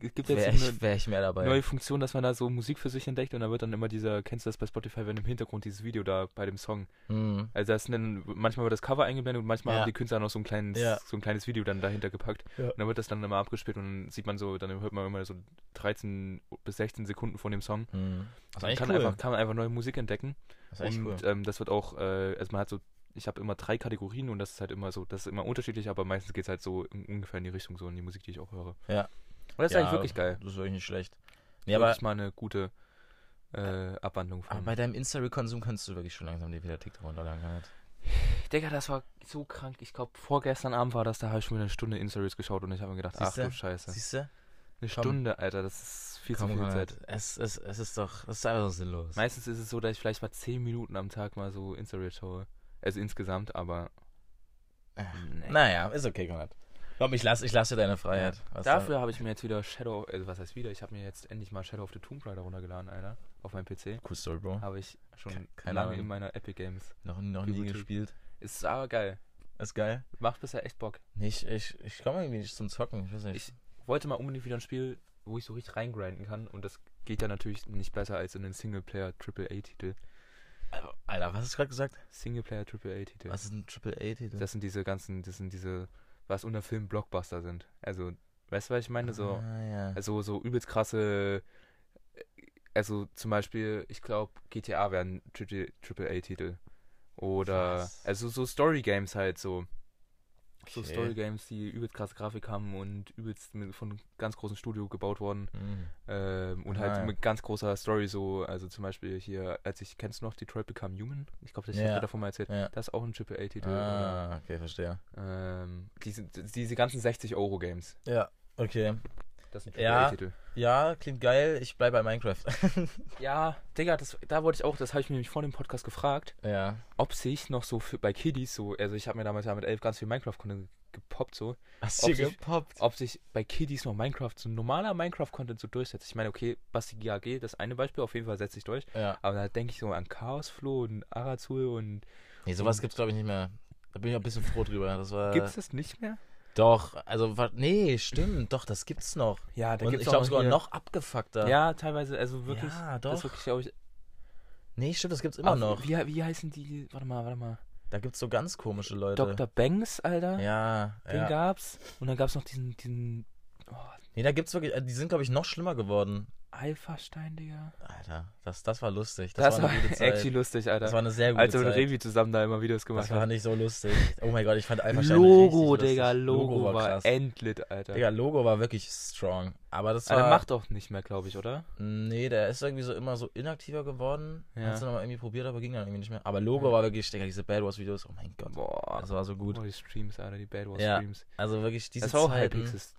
D: es gibt jetzt
C: Wäre
D: so
C: ich,
D: eine
C: wär ich mehr dabei.
D: neue Funktion, dass man da so Musik für sich entdeckt und dann wird dann immer dieser, kennst du das bei Spotify, wenn im Hintergrund dieses Video da bei dem Song.
C: Hm.
D: Also das ist dann, manchmal wird das Cover eingeblendet und manchmal
C: Ja.
D: haben die Künstler noch so ein kleines,
C: Ja.
D: so ein kleines Video dann dahinter gepackt.
C: Ja.
D: Und dann wird das dann immer abgespielt und dann sieht man so, dann hört man immer so 13 bis 16 Sekunden von dem Song.
C: Hm. Das ist
D: Dann
C: eigentlich
D: kann,
C: cool.
D: einfach, kann man einfach neue Musik entdecken.
C: das ist eigentlich
D: Und
C: cool.
D: ähm, das wird auch, äh, also man hat so, ich habe immer drei Kategorien und das ist halt immer so, das ist immer unterschiedlich, aber meistens geht es halt so in, ungefähr in die Richtung, so in die Musik, die ich auch höre.
C: Ja.
D: Und das ist
C: Ja,
D: eigentlich wirklich geil.
C: Das ist wirklich nicht schlecht.
D: Nee,
C: Nee, aber,
D: wirklich mal eine gute äh, Abwandlung
C: aber
D: von.
C: Ah, bei deinem Insta-Reel-Konsum kannst du wirklich schon langsam dir wieder TikTok runterladen. Konrad.
D: Digga, das war so krank. Ich glaube, vorgestern Abend war das, da habe ich schon wieder eine Stunde Insta-Reels geschaut und ich habe mir gedacht, ach
C: Siehste?
D: du Scheiße.
C: Siehst du?
D: Eine
C: Komm.
D: Stunde, Alter, das ist viel
C: Komm,
D: zu viel
C: Konrad,
D: Zeit.
C: Es, es, es ist doch, es ist einfach so sinnlos.
D: Meistens ist es so, dass ich vielleicht mal 10 Minuten am Tag mal so Insta-Reels schaue. Also insgesamt, aber.
C: Ach,
D: Nee.
C: Naja, ist okay, Konrad. Komm, ich lasse ich lass dir deine Freiheit. Was
D: Dafür habe ich mir jetzt wieder Shadow, also was heißt wieder? Ich habe mir jetzt endlich mal Shadow of the Tomb Raider runtergeladen, Alter, auf meinem PC.
C: Da? Cool Story, Bro.
D: Habe ich schon
C: Mhm. Ke- keine
D: lange
C: Ahnung.
D: in meiner Epic Games.
C: Noch, noch
D: Wie
C: nie
D: gut.
C: gespielt.
D: Ist aber geil.
C: Ist geil.
D: Macht bisher echt Bock.
C: Nee, ich, ich, ich komme irgendwie nicht zum Zocken. Ich weiß nicht.
D: Ich wollte mal unbedingt wieder ein Spiel, wo ich so richtig reingrinden kann und das geht ja natürlich nicht besser als in den Singleplayer AAA Titel.
C: Also, Alter, was hast du gerade gesagt?
D: Singleplayer AAA Titel.
C: Was ist ein AAA-Titel?
D: Das sind diese ganzen, das sind diese, was unter Film Blockbuster sind. Also, weißt du, was ich meine? So,
C: Ah, ja.
D: Also so übelst krasse, also zum Beispiel, ich glaube, GTA wären AAA-Titel. Oder,
C: Was?
D: also so Story-Games halt so. So
C: Okay.
D: Story-Games, die übelst krasse Grafik haben und übelst mit, von einem ganz großen Studio gebaut wurden.
C: Hm.
D: Ähm, und halt
C: Ah, ja.
D: mit ganz großer Story so, also zum Beispiel hier, als ich, kennst du noch Detroit Become Human? Ich glaube, das
C: Ja.
D: habe ich davon mal erzählt.
C: Ja.
D: Das ist auch ein AAA-Titel. oder,
C: Ah, okay, verstehe.
D: Ähm, diese, diese ganzen 60-Euro-Games,
C: Ja, okay.
D: das sind
C: Ja.
D: AAA-Titel.
C: Ja, klingt geil. Ich bleibe bei Minecraft.
D: Ja, Digga, das, da wollte ich auch, das habe ich mir nämlich vor dem Podcast gefragt,
C: ja.
D: ob sich noch so für, bei Kiddies so, also ich habe mir damals ja mit elf ganz viel Minecraft-Content gepoppt so,
C: Hast
D: Ob
C: du
D: sich-
C: gepoppt?
D: ob sich bei Kiddies noch Minecraft, so normaler Minecraft-Content so durchsetzt. Ich meine, okay, Basti GAG, das eine Beispiel, auf jeden Fall setzt sich durch,
C: Ja.
D: aber da denke ich so an Chaosfloh und Arazul und,
C: Nee, sowas gibt's glaube ich nicht mehr. Da bin ich auch ein bisschen froh drüber. Das war.
D: gibt's das nicht mehr?
C: Doch, also wa- nee, stimmt, doch, das gibt's noch.
D: Ja,
C: Und ich glaube sogar noch äh, abgefuckter.
D: Ja, teilweise, also wirklich,
C: Ja,
D: das ist
C: doch.
D: wirklich, glaube ich,
C: Nee, stimmt, das gibt's immer
D: Ach,
C: noch.
D: Wie, wie heißen die, warte mal, warte mal,
C: Da gibt's so ganz komische Leute.
D: Dr. Banks, Alter,
C: Ja,
D: den
C: ja.
D: gab's und dann gab's noch diesen, diesen, oh,
C: Nee, da gibt's wirklich, äh, die sind glaube ich noch schlimmer geworden.
D: Alpha-Stein, Digga.
C: Alter, das, das war lustig.
D: Das,
C: Das, war
D: war,
C: eine gute Zeit.
D: actually lustig, Alter.
C: das war eine sehr gute
D: Als wir mit
C: Zeit.
D: Revi zusammen da immer Videos gemacht
C: Das war
D: haben.
C: nicht so lustig. Oh mein Gott, ich fand Alpha Stein
D: Logo,
C: richtig
D: Digga,
C: lustig.
D: Logo, war,
C: krass.
D: endlit, Alter.
C: Digga, Logo war wirklich strong. Aber das
D: Aber
C: war.
D: der macht auch nicht mehr, glaube ich, oder?
C: Nee, der ist irgendwie so immer so inaktiver geworden.
D: Ja.
C: Hat's dann aber irgendwie probiert, aber ging dann irgendwie nicht mehr. Aber Logo war wirklich, Digga, diese Bad Wars Videos, oh mein Gott.
D: Boah.
C: Das war so gut.
D: Oh, die Streams, Alter, die Bad Wars
C: Ja,
D: Streams.
C: Also wirklich diese
D: Das war auch
C: Zeiten.
D: halbwegs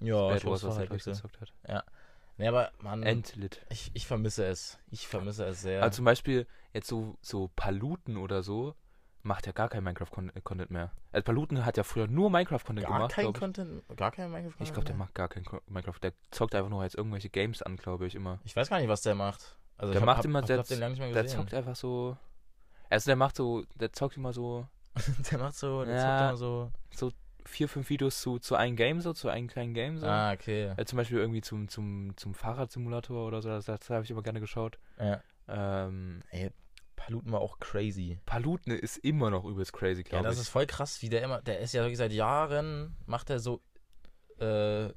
C: Ja,
D: Bad
C: ich
D: Wars,
C: war
D: was halt er, glaube
C: halbwegs.
D: ich,
C: Mhm.
D: gezockt hat.
C: Nee, aber Mann,
D: Endlit.
C: ich, ich vermisse es. Ich vermisse es sehr.
D: Also zum Beispiel jetzt so, so Paluten oder so macht ja gar kein Minecraft-Content mehr. Also Paluten hat ja früher nur Minecraft-Content
C: gar
D: gemacht,
C: kein
D: glaube ich.
C: Content, gar kein Minecraft. ne?
D: Ich glaube, der
C: mehr?
D: macht gar kein Ko- Minecraft. Der zockt einfach nur jetzt irgendwelche Games an, glaube ich, immer.
C: Ich weiß gar nicht, was der macht. Also
D: Der
C: ich
D: macht immer-
C: hab,
D: der
C: ich hab den lange nicht mehr
D: Der
C: gesehen.
D: zockt einfach so. Also der macht so, der zockt immer so
C: der macht so, der
D: Ja.
C: zockt immer so.
D: vier, fünf Videos zu, zu einem Game so, zu einem kleinen Game so.
C: Ah, okay.
D: Äh, zum Beispiel irgendwie zum, zum, zum Fahrradsimulator oder so, das, das habe ich immer gerne geschaut.
C: Ja.
D: Ähm,
C: Paluten war auch crazy.
D: Paluten ist immer noch übelst crazy,
C: Ja,
D: glaube
C: das
D: ich.
C: ist voll krass, wie der immer, der ist ja wirklich seit Jahren, macht er so äh,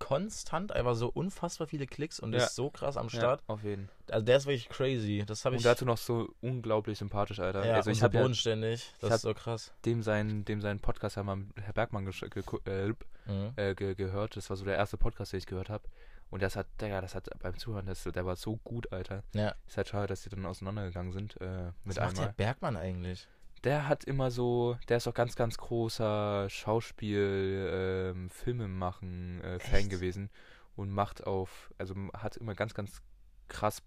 C: konstant einfach so unfassbar viele Klicks und
D: Ja.
C: ist so krass am
D: Ja,
C: Start.
D: auf jeden.
C: Also der ist wirklich crazy. Das habe ich.
D: Und dazu noch so unglaublich sympathisch, Alter.
C: ja,
D: also ich
C: und so
D: habe ja
C: bodenständig. Das
D: hab-
C: ist so krass.
D: dem seinen, dem seinen Podcast ja mal Herr Bergmann gesch- geku- äh,
C: Mhm.
D: äh, ge gehört. Das war so der erste Podcast, den ich gehört habe. Und das hat, Digga, das hat beim Zuhören, das, der war so gut, Alter.
C: Ja.
D: Ist halt schade, dass die dann auseinandergegangen sind äh,
C: Was
D: mit
C: macht der
D: einmal.
C: Bergmann eigentlich?
D: Der hat immer so, der ist auch ganz, ganz großer Schauspiel, ähm, Filme machen, äh, Fan
C: Echt?
D: gewesen und macht auf, also m- hat immer ganz, ganz krass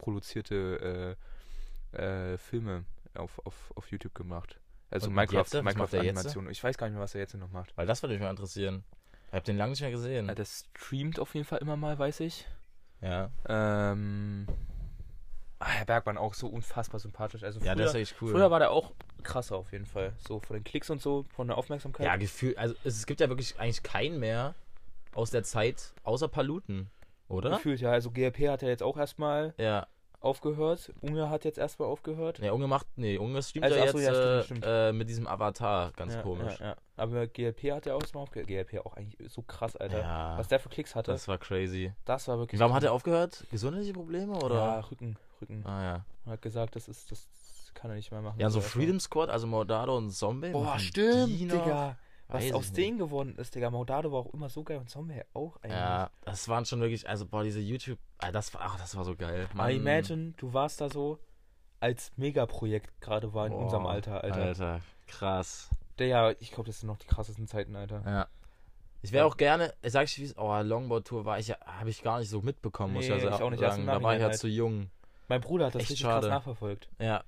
D: produzierte äh, äh, Filme auf, auf, auf YouTube gemacht. Also
C: Und
D: Minecraft,
C: jetzt? Was macht
D: Minecraft
C: der jetzt?
D: Animation. Ich weiß gar nicht mehr, was er jetzt noch macht.
C: Weil das würde mich mal interessieren. Ich habe den lange nicht mehr gesehen.
D: Äh, Der streamt auf jeden Fall immer mal, weiß ich.
C: ja.
D: Ähm, ah, Herr Bergmann auch so unfassbar sympathisch. Also
C: Ja,
D: früher,
C: das ist echt cool.
D: früher war der auch krasser auf jeden Fall. So von den Klicks und so, von der Aufmerksamkeit.
C: ja, Gefühl, also es gibt ja wirklich eigentlich keinen mehr aus der Zeit, außer Paluten, oder?
D: Gefühlt, ja. Also GRP hat ja jetzt auch erstmal
C: Ja.
D: aufgehört. Unge hat jetzt erstmal aufgehört.
C: Ne, Unge macht, nee, Unge streamt
D: Also,
C: ja
D: ach
C: jetzt
D: so, ja, stimmt,
C: äh,
D: stimmt.
C: Äh, mit diesem Avatar, ganz
D: ja,
C: komisch.
D: Ja, ja. Aber GLP hat ja auch erstmal aufgehört. GLP auch eigentlich so krass, Alter.
C: Ja.
D: Was der für Klicks hatte, das,
C: Das war crazy.
D: war wirklich.
C: Warum hat er aufgehört? Gesundheitliche Probleme oder?
D: Ja, Rücken, Rücken.
C: Ah ja.
D: Er hat gesagt, das ist, das kann er nicht mehr machen.
C: Ja, so
D: Also erstmal-
C: Freedom Squad, also Mordado und Zombie.
D: Boah,
C: machen
D: stimmt,
C: die noch.
D: Digga.
C: Weiß
D: Was
C: ich
D: aus
C: nicht.
D: denen geworden ist, Digga. Maudado war auch immer so geil und Zombie halt auch eigentlich.
C: Ja, das waren schon wirklich, also boah, diese YouTube, ah, das war, ach, das war so geil.
D: Aber
C: Mann.
D: Ah, imagine, du warst da so, als Megaprojekt gerade war in
C: Boah,
D: unserem Alter, Alter.
C: Alter, krass.
D: Digga, ich glaube, das sind noch die krassesten Zeiten, Alter.
C: Ja. Ich wäre auch gerne, ich sag ich wie es, oh, Longboard-Tour war ich ja, habe ich gar nicht so mitbekommen, muss
D: Nee,
C: ich ja
D: ich auch
C: sagen.
D: nicht, erst im
C: da war ich ja
D: Nachhinein halt.
C: zu jung.
D: Mein Bruder hat das
C: Echt
D: richtig
C: schade.
D: krass nachverfolgt.
C: Ja.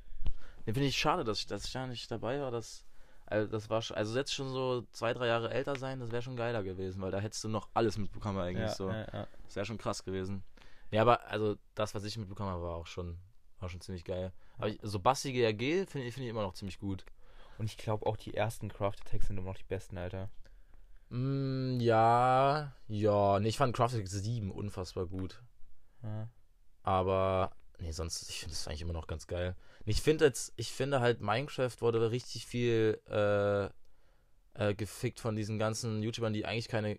C: Nee, finde ich schade, dass ich, dass ich da nicht dabei war. Dass, also das war schon, also jetzt schon so zwei, drei Jahre älter sein, das wäre schon geiler gewesen, weil da hättest du noch alles mitbekommen eigentlich so. Das wäre schon krass gewesen. Ja, aber also das, was ich mitbekommen habe, war auch schon, war schon ziemlich geil. Aber ich, so Basti GRG finde ich, finde ich immer noch ziemlich gut.
D: Und ich glaube auch die ersten Craft Attacks sind immer noch die besten, Alter.
C: Mm, ja, ja. Nee, ich fand Crafted 7 unfassbar gut.
D: Ja.
C: Aber nee, sonst, ich finde es eigentlich immer noch ganz geil. Und Ich finde jetzt, ich finde halt, Minecraft wurde richtig viel äh, äh, gefickt von diesen ganzen YouTubern, die eigentlich keine,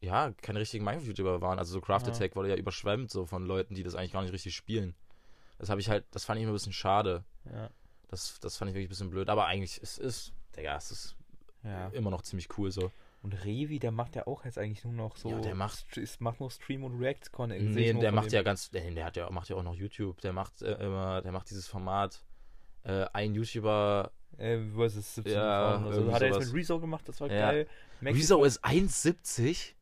C: ja, keine richtigen Minecraft-YouTuber waren. Also so Craft
D: Ja.
C: Attack wurde ja überschwemmt so von Leuten, die das eigentlich gar nicht richtig spielen. Das habe ich halt, das fand ich immer ein bisschen schade.
D: Ja.
C: Das, das fand ich wirklich ein bisschen blöd. Aber eigentlich, es ist, Digga, es ist
D: ja.
C: immer noch ziemlich cool so.
D: Und Revi, der macht ja auch jetzt eigentlich nur noch so.
C: Ja, der macht-
D: St- ist- macht nur Stream und React-Con.
C: Nee, der macht ja ganz, nee, der hat ja, macht ja auch noch YouTube. Der macht äh, immer, der macht dieses Format, äh, ein YouTuber
D: Äh, versus 17
C: Ja,
D: Frauen oder so.
C: irgendwie
D: Hat er jetzt
C: sowas.
D: mit Rezo gemacht, das war
C: Ja.
D: geil. Maxi-
C: Rezo ist 1,70.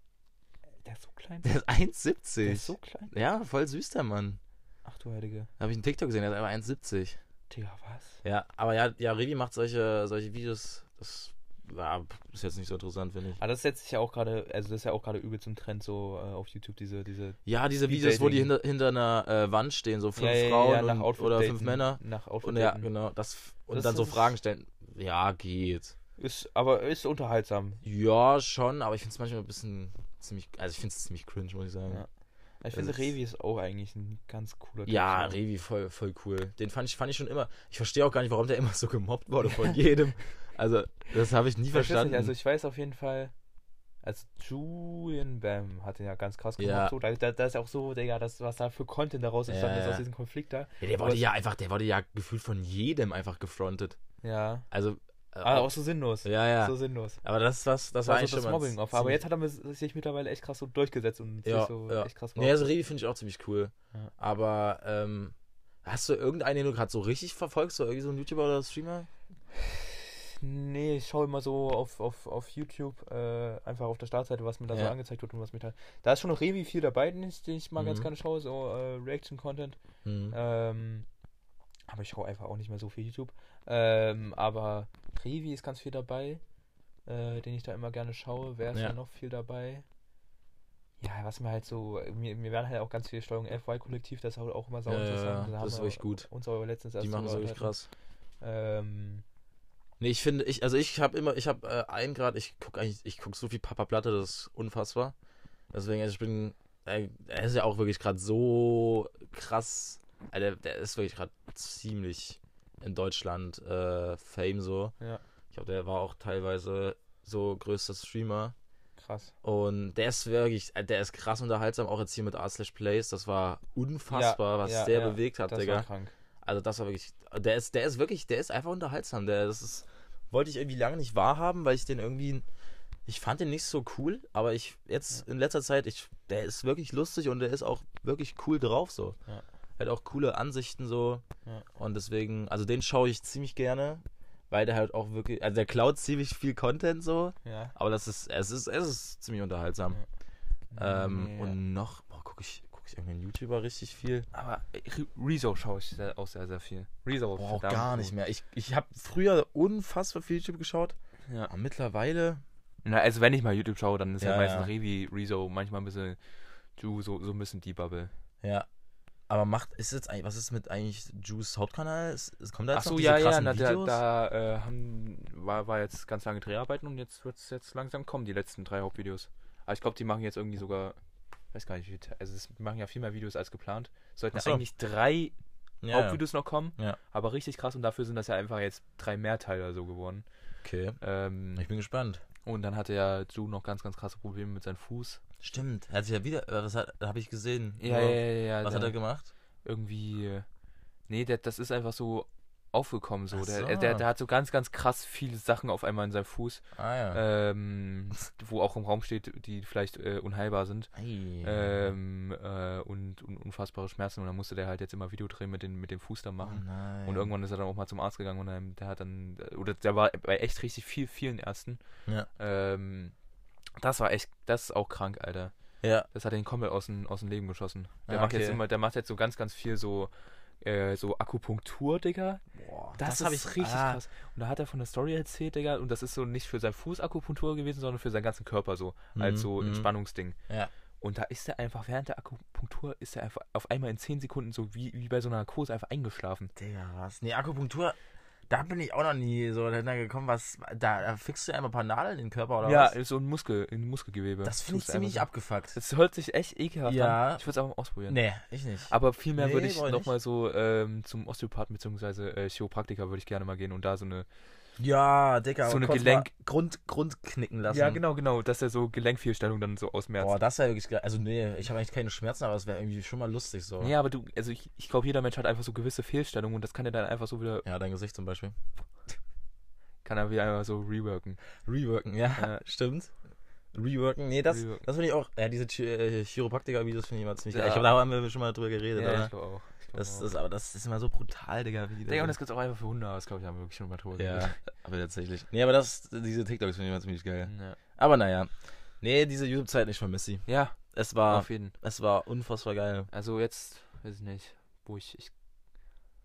D: Der ist so klein.
C: Der ist 1,70.
D: Der ist so klein.
C: ja, voll süß, der Mann.
D: Ach du Heilige.
C: Da habe ich einen TikTok gesehen, der ist einfach 1,70.
D: Digga, was?
C: Ja, aber ja, ja Revi macht solche, solche Videos. Das ja, ist jetzt nicht so interessant, finde ich.
D: Aber Ah, das setzt sich ja auch gerade, also das ist ja auch gerade übel zum Trend so äh, auf YouTube, diese, diese
C: Ja, diese Videos, wo die
D: Speed-Dating.
C: hinter, hinter einer äh, Wand stehen, so fünf
D: Ja, ja, ja,
C: Frauen
D: ja, nach
C: und,
D: Outfit
C: oder fünf
D: daten.
C: Männer.
D: Nach
C: Und
D: Outfit
C: ja,
D: daten.
C: genau. Das, und
D: Das
C: dann so
D: ist-
C: Fragen stellen. Ja, geht.
D: Ist, aber ist unterhaltsam.
C: Ja, schon, aber ich finde es manchmal ein bisschen ziemlich, also ich finde es ziemlich cringe, muss ich sagen.
D: Ja. Ich finde,
C: ist-
D: Revi ist auch eigentlich ein ganz cooler Typ.
C: Ja,
D: so.
C: Revi, voll, voll cool. Den fand ich, fand ich schon immer. Ich verstehe auch gar nicht, warum der immer so gemobbt wurde von jedem. Also, das habe ich nie
D: Ich weiß
C: verstanden.
D: Nicht, also ich weiß auf jeden Fall, als Julian Bam hat den ja ganz krass gemacht.
C: Ja.
D: So, da, da, da ist auch so, Digga, das, was da für Content daraus
C: Ja,
D: entstanden ist
C: ja.
D: aus diesem Konflikt da.
C: ja, der wurde ja einfach, der wurde ja gefühlt von jedem einfach gefrontet.
D: Ja.
C: Also, äh,
D: Aber auch so sinnlos.
C: ja, ja.
D: Ah, So sinnlos.
C: aber das, was, das war
D: Also
C: eigentlich
D: das
C: schon mal
D: Mobbing auf. Aber jetzt hat er mit- sich mittlerweile echt krass so durchgesetzt und
C: ja,
D: sich so
C: ja.
D: echt krass
C: Nee, also Revi finde ich auch ziemlich cool.
D: Ja.
C: Aber, ähm, hast du irgendeinen, den du gerade so richtig verfolgst? So irgendwie so einen YouTuber oder Streamer?
D: Nee, ich schaue immer so auf, auf, auf YouTube, äh, einfach auf der Startseite, was mir da so
C: Ja.
D: angezeigt wird und was mir da. Da ist schon noch Revi viel dabei, den ich, den ich mal ganz
C: Mhm.
D: gerne schaue, so äh, Reaction-Content.
C: Hm.
D: Ähm, aber ich schaue einfach auch nicht mehr so viel YouTube. Ähm, aber Revi ist ganz viel dabei, äh, den ich da immer gerne schaue. Wer ist
C: Ja.
D: da noch viel dabei? Ja, was mir halt so, mir, mir werden halt auch ganz viele Steuerung FY-Kollektiv, das ist halt auch immer sau
C: Ja,
D: interessant. Da haben
C: das ist
D: wir
C: wirklich gut.
D: Uns aber halt letztens erst
C: Die machen das
D: drüber
C: wirklich
D: unterhalten.
C: krass.
D: Ähm,
C: Nee, ich finde, ich, also ich habe immer, ich habe äh, einen Grad, ich gucke eigentlich, ich gucke so viel Papa Platte, das ist unfassbar. Deswegen, also ich bin, äh, er ist ja auch wirklich gerade so krass, also der, der ist wirklich gerade ziemlich in Deutschland äh, Fame so.
D: Ja.
C: Ich glaube, der war auch teilweise so größter Streamer.
B: Krass.
C: Und der ist wirklich, äh, der ist krass unterhaltsam, auch jetzt hier mit Art Slash Plays. Das war unfassbar, was
B: ja,
C: der
B: ja,
C: bewegt hat,
B: das
C: Digga.
B: War krank.
C: Also das war wirklich, der ist, der ist wirklich, der ist einfach unterhaltsam. Der, das ist, wollte ich irgendwie lange nicht wahrhaben, weil ich den irgendwie, ich fand den nicht so cool, aber ich jetzt in letzter Zeit, ich, der ist wirklich lustig und der ist auch wirklich cool drauf so.
B: Ja.
C: Er hat auch coole Ansichten so
B: Ja.
C: und deswegen, also den schaue ich ziemlich gerne, weil der halt auch wirklich, also der klaut ziemlich viel Content so,
B: Ja.
C: aber das ist, es ist, es ist ziemlich unterhaltsam. Ähm,
B: Ja.
C: Und noch, boah, gucke ich, guck ich irgendeinen YouTuber richtig viel.
D: Aber Re- Rezo schaue ich sehr, auch sehr, sehr viel. Rezo,
C: Boah, auch
D: verdammt
C: Oh, gar
D: gut.
C: nicht mehr. Ich, ich habe früher unfassbar viel YouTube geschaut.
D: Ja.
C: Aber mittlerweile.
D: Na, also wenn ich mal YouTube schaue, dann ist ja,
C: Ja,
D: meistens
C: ja.
D: Revi, Rezo, manchmal ein bisschen Ju, so, so ein bisschen die Bubble.
C: Ja. Aber macht, ist jetzt eigentlich, was ist mit eigentlich Juice Hauptkanal? Ist, ist- kommt da jetzt
D: Achso,
C: noch diese
D: ja, ja,
C: krassen
D: na, da,
C: Videos?
D: da äh, haben, war, war jetzt ganz lange Dreharbeiten und jetzt wird es jetzt langsam kommen, die letzten drei Hauptvideos. Aber ich glaube, die machen jetzt irgendwie sogar, weiß gar nicht, wie viel- also es machen ja viel mehr Videos als geplant. Sollten
C: Ach so.
D: eigentlich drei
C: ja, ja.
D: Hauptvideos noch kommen,
C: Ja.
D: aber richtig krass und dafür sind das ja einfach jetzt drei Mehrteiler so geworden.
C: Okay.
D: Ähm,
C: Ich bin gespannt.
D: und dann hatte ja Ju noch ganz, ganz krasse Probleme mit seinem Fuß.
C: Stimmt. Er hat sich ja wieder, äh, was hat, habe ich gesehen.
D: Ja, ja,
C: Nur,
D: ja, ja.
C: Was hat
D: da-
C: er gemacht?
D: irgendwie. äh, Nee, der, das ist einfach so aufgekommen so.
C: Ach
D: Der,
C: so.
D: äh, der, der hat so ganz, ganz krass viele Sachen auf einmal in seinem Fuß,
C: Ah, ja.
D: ähm, wo auch im Raum steht, die vielleicht äh, unheilbar sind.
C: Ei.
D: Ähm, äh, und, und unfassbare Schmerzen. Und dann musste der halt jetzt immer Video drehen mit, den, mit dem Fuß da
C: oh,
D: machen.
C: nein.
D: und irgendwann ist er dann auch mal zum Arzt gegangen und dann, der hat dann, oder der war bei echt richtig viel, vielen Ärzten.
C: Ja.
D: Ähm, das war echt, das ist auch krank, Alter.
C: Ja.
D: Das hat ihn komplett aus dem, aus dem Leben geschossen. Der
C: Ah,
D: macht jetzt
C: okay.
D: immer, der macht jetzt so ganz, ganz viel so, äh, so Akupunktur, Digga.
C: Boah,
D: Das,
C: hab
D: ist richtig
C: ah,
D: krass. Und da hat er von der Story erzählt, Digga, und das ist so nicht für seinen Fuß Akupunktur gewesen, sondern für seinen ganzen Körper so, als
C: Mhm,
D: so
C: mhm.
D: Entspannungsding.
C: Ja.
D: Und da ist er einfach, während der Akupunktur ist er einfach auf einmal in 10 Sekunden so wie, wie bei so einer Narkose einfach eingeschlafen.
C: Digga, was? Nee, Akupunktur, da bin ich auch noch nie so dahinter gekommen. Was, da, da fixst du einfach ein paar Nadeln in den Körper oder
D: ja,
C: was?
D: so ein Muskel, ein Muskelgewebe.
C: Das finde ich
D: Tust du einfach
C: ziemlich
D: so.
C: abgefuckt.
D: Das hört sich echt ekelhaft
C: Ja.
D: an. Ich würde es einfach mal ausprobieren.
C: Nee, ich nicht.
D: Aber vielmehr
C: Nee,
D: würde ich
C: brauch ich nicht.
D: nochmal so ähm, zum Osteopathen bzw. Äh, Chiropraktiker würde ich gerne mal gehen und da so eine.
C: Ja, Digga,
D: So
C: und
D: eine
C: kurz
D: Gelenk-
C: mal Grund, Grund knicken lassen.
D: Ja, genau, genau, dass er so Gelenkfehlstellung dann so ausmerzt.
C: Boah, das wäre wirklich geil. Also nee, ich habe eigentlich keine Schmerzen, aber es wäre irgendwie schon mal lustig so.
D: Ja, aber du, also ich, ich glaube, jeder Mensch hat einfach so gewisse Fehlstellungen und das kann er dann einfach so wieder,
C: Ja, dein Gesicht zum Beispiel.
D: kann er wieder einfach so reworken.
C: Reworken, ja,
D: Ja.
C: stimmt. Reworken, nee, das,
D: Reworken.
C: das finde ich auch. Ja, diese Chi- äh, Chiropraktiker-Videos finde ich immer ziemlich geil.
D: Ja.
C: Ich glaube, da haben wir schon mal drüber geredet,
D: Ja,
C: oder?
D: ich glaube auch. Ich glaub
C: Das
D: auch.
C: ist, aber das ist immer so brutal, Digga. Wie die
D: Digga, und das gibt's auch einfach für Hunde, das glaube ich, haben wir wirklich schon mal drüber
C: ja,
D: geredet.
C: aber tatsächlich. Nee, aber das, diese TikToks finde ich immer ziemlich geil.
D: Ja.
C: Aber naja. Nee, diese YouTube-Zeit nicht vermisse sie.
D: Ja,
C: Es war,
D: auf jeden.
C: es war unfassbar geil.
D: Also jetzt, weiß ich nicht, wo ich. ich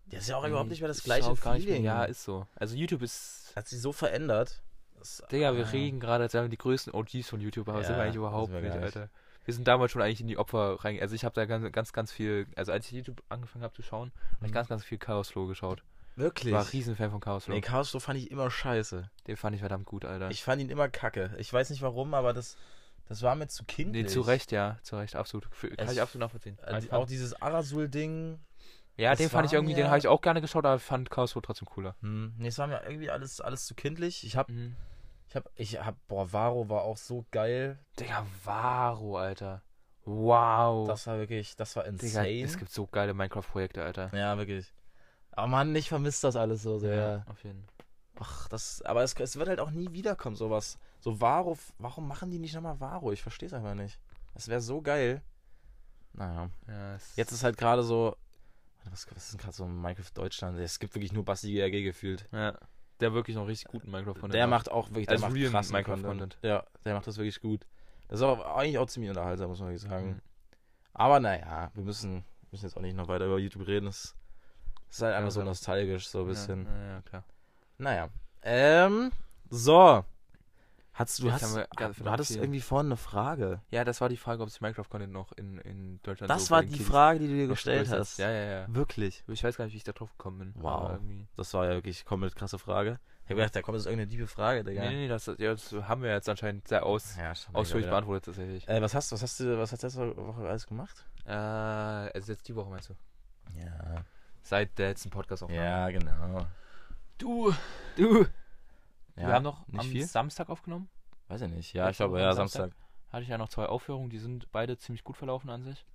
C: Das Mhm. ist ja auch überhaupt nicht mehr das
D: ich
C: gleiche
D: schaue gar nicht mehr-
C: Feeling.
D: Ja, ist so. Also YouTube ist.
C: hat sich so verändert. Das,
D: Digga, wir
C: Ah.
D: reden gerade, als wären wir die größten OGs von YouTube, aber
C: Ja,
D: sind wir eigentlich überhaupt
C: sind
D: nicht,
C: wir gar nicht.
D: Alter. Wir sind damals schon eigentlich in die Opfer rein. Also ich habe da ganz, ganz, ganz viel, also als ich YouTube angefangen habe zu schauen, habe ich
C: Mhm.
D: ganz, ganz viel Chaos Flow geschaut.
C: Wirklich?
D: War ein Riesenfan von Chaos Flow.
C: nee, Chaos Flow fand ich immer scheiße.
D: Den fand ich verdammt gut, Alter.
C: Ich fand ihn immer kacke. Ich weiß nicht warum, aber das, das war mir zu kindlich.
D: nee, zu Recht, ja, zu Recht, absolut. Für, kann
C: Es-
D: ich absolut nachvollziehen.
C: Äh, die-
D: Ich fand-
C: auch dieses Arasul-Ding.
D: ja, den
C: es
D: fand ich
C: war
D: irgendwie,
C: mir-
D: den habe ich auch gerne geschaut, aber fand Chaos Flow trotzdem cooler.
C: Hm, nee, es war mir irgendwie alles, alles zu kindlich. Ich hab,
D: Mhm.
C: ich hab, ich hab, boah, Varo war auch so geil.
D: Digga, Varo, Alter. Wow.
C: Das war wirklich, das war
D: Digga,
C: insane.
D: es gibt so geile Minecraft-Projekte, Alter.
C: ja, wirklich. Aber Mann, ich vermisse das alles so sehr.
D: Auf jeden Fall.
C: Ach, das, aber es, es wird halt auch nie wiederkommen, sowas. So Varo, warum machen die nicht nochmal Varo? Ich versteh's einfach nicht. Es wäre so geil. Naja.
D: Ja, es-
C: Jetzt ist halt gerade so. Warte, Was, was ist denn gerade so in Minecraft Deutschland? Es gibt wirklich nur Basti GRG gefühlt.
D: ja. Der wirklich noch richtig guten Minecraft-Content.
C: Der macht auch wirklich. Der
D: Also
C: macht
D: real
C: krassen
D: Minecraft-Content.
C: Ja, der macht das wirklich gut. Das ist auch eigentlich auch ziemlich unterhaltsam, muss man wirklich sagen.
D: Mhm.
C: Aber naja, wir müssen, müssen jetzt auch nicht noch weiter über YouTube reden. Es ist halt einfach so
D: aber-
C: nostalgisch, so ein bisschen.
D: Ja, ja, ja klar.
C: Naja. Ähm, so. Hast du,
D: Jetzt
C: hast,
D: haben wir ganz
C: du hattest
D: viel.
C: irgendwie vorhin eine Frage.
D: Ja, das war die Frage, ob es Minecraft-Content noch in, in Deutschland
C: Das
D: so
C: war
D: bei den
C: die
D: Kiddies
C: Frage, die du dir
D: noch
C: gestellt
D: durchsetzt.
C: hast.
D: Ja, ja, ja.
C: Wirklich.
D: Ich weiß gar nicht, wie ich da drauf gekommen bin.
C: Wow.
D: aber Irgendwie.
C: Das war ja wirklich komplett krasse Frage. Ich hab gedacht, da kommt jetzt irgendeine liebe Frage, Digga.
D: Nee, nee, nee, das, ja, das haben wir jetzt anscheinend sehr aus,
C: Ja, schon
D: ausführlich
C: mega wieder.
D: beantwortet tatsächlich.
C: Äh, was hast, was hast du, was hast du letzte Woche alles gemacht?
D: Äh, also jetzt die Woche meinst du?
C: Ja.
D: Seit der letzten podcast aufnahme
C: Ja, genau.
D: Du, du.
C: Ja.
D: Wir haben noch
C: nicht
D: am
C: viel?
D: Samstag aufgenommen.
C: Weiß ich nicht. Ja, ich
D: Letzte
C: glaube,
D: Woche
C: ja,
D: am
C: Samstag.
D: Hatte ich ja noch zwei Aufführungen, die sind beide ziemlich gut verlaufen an sich.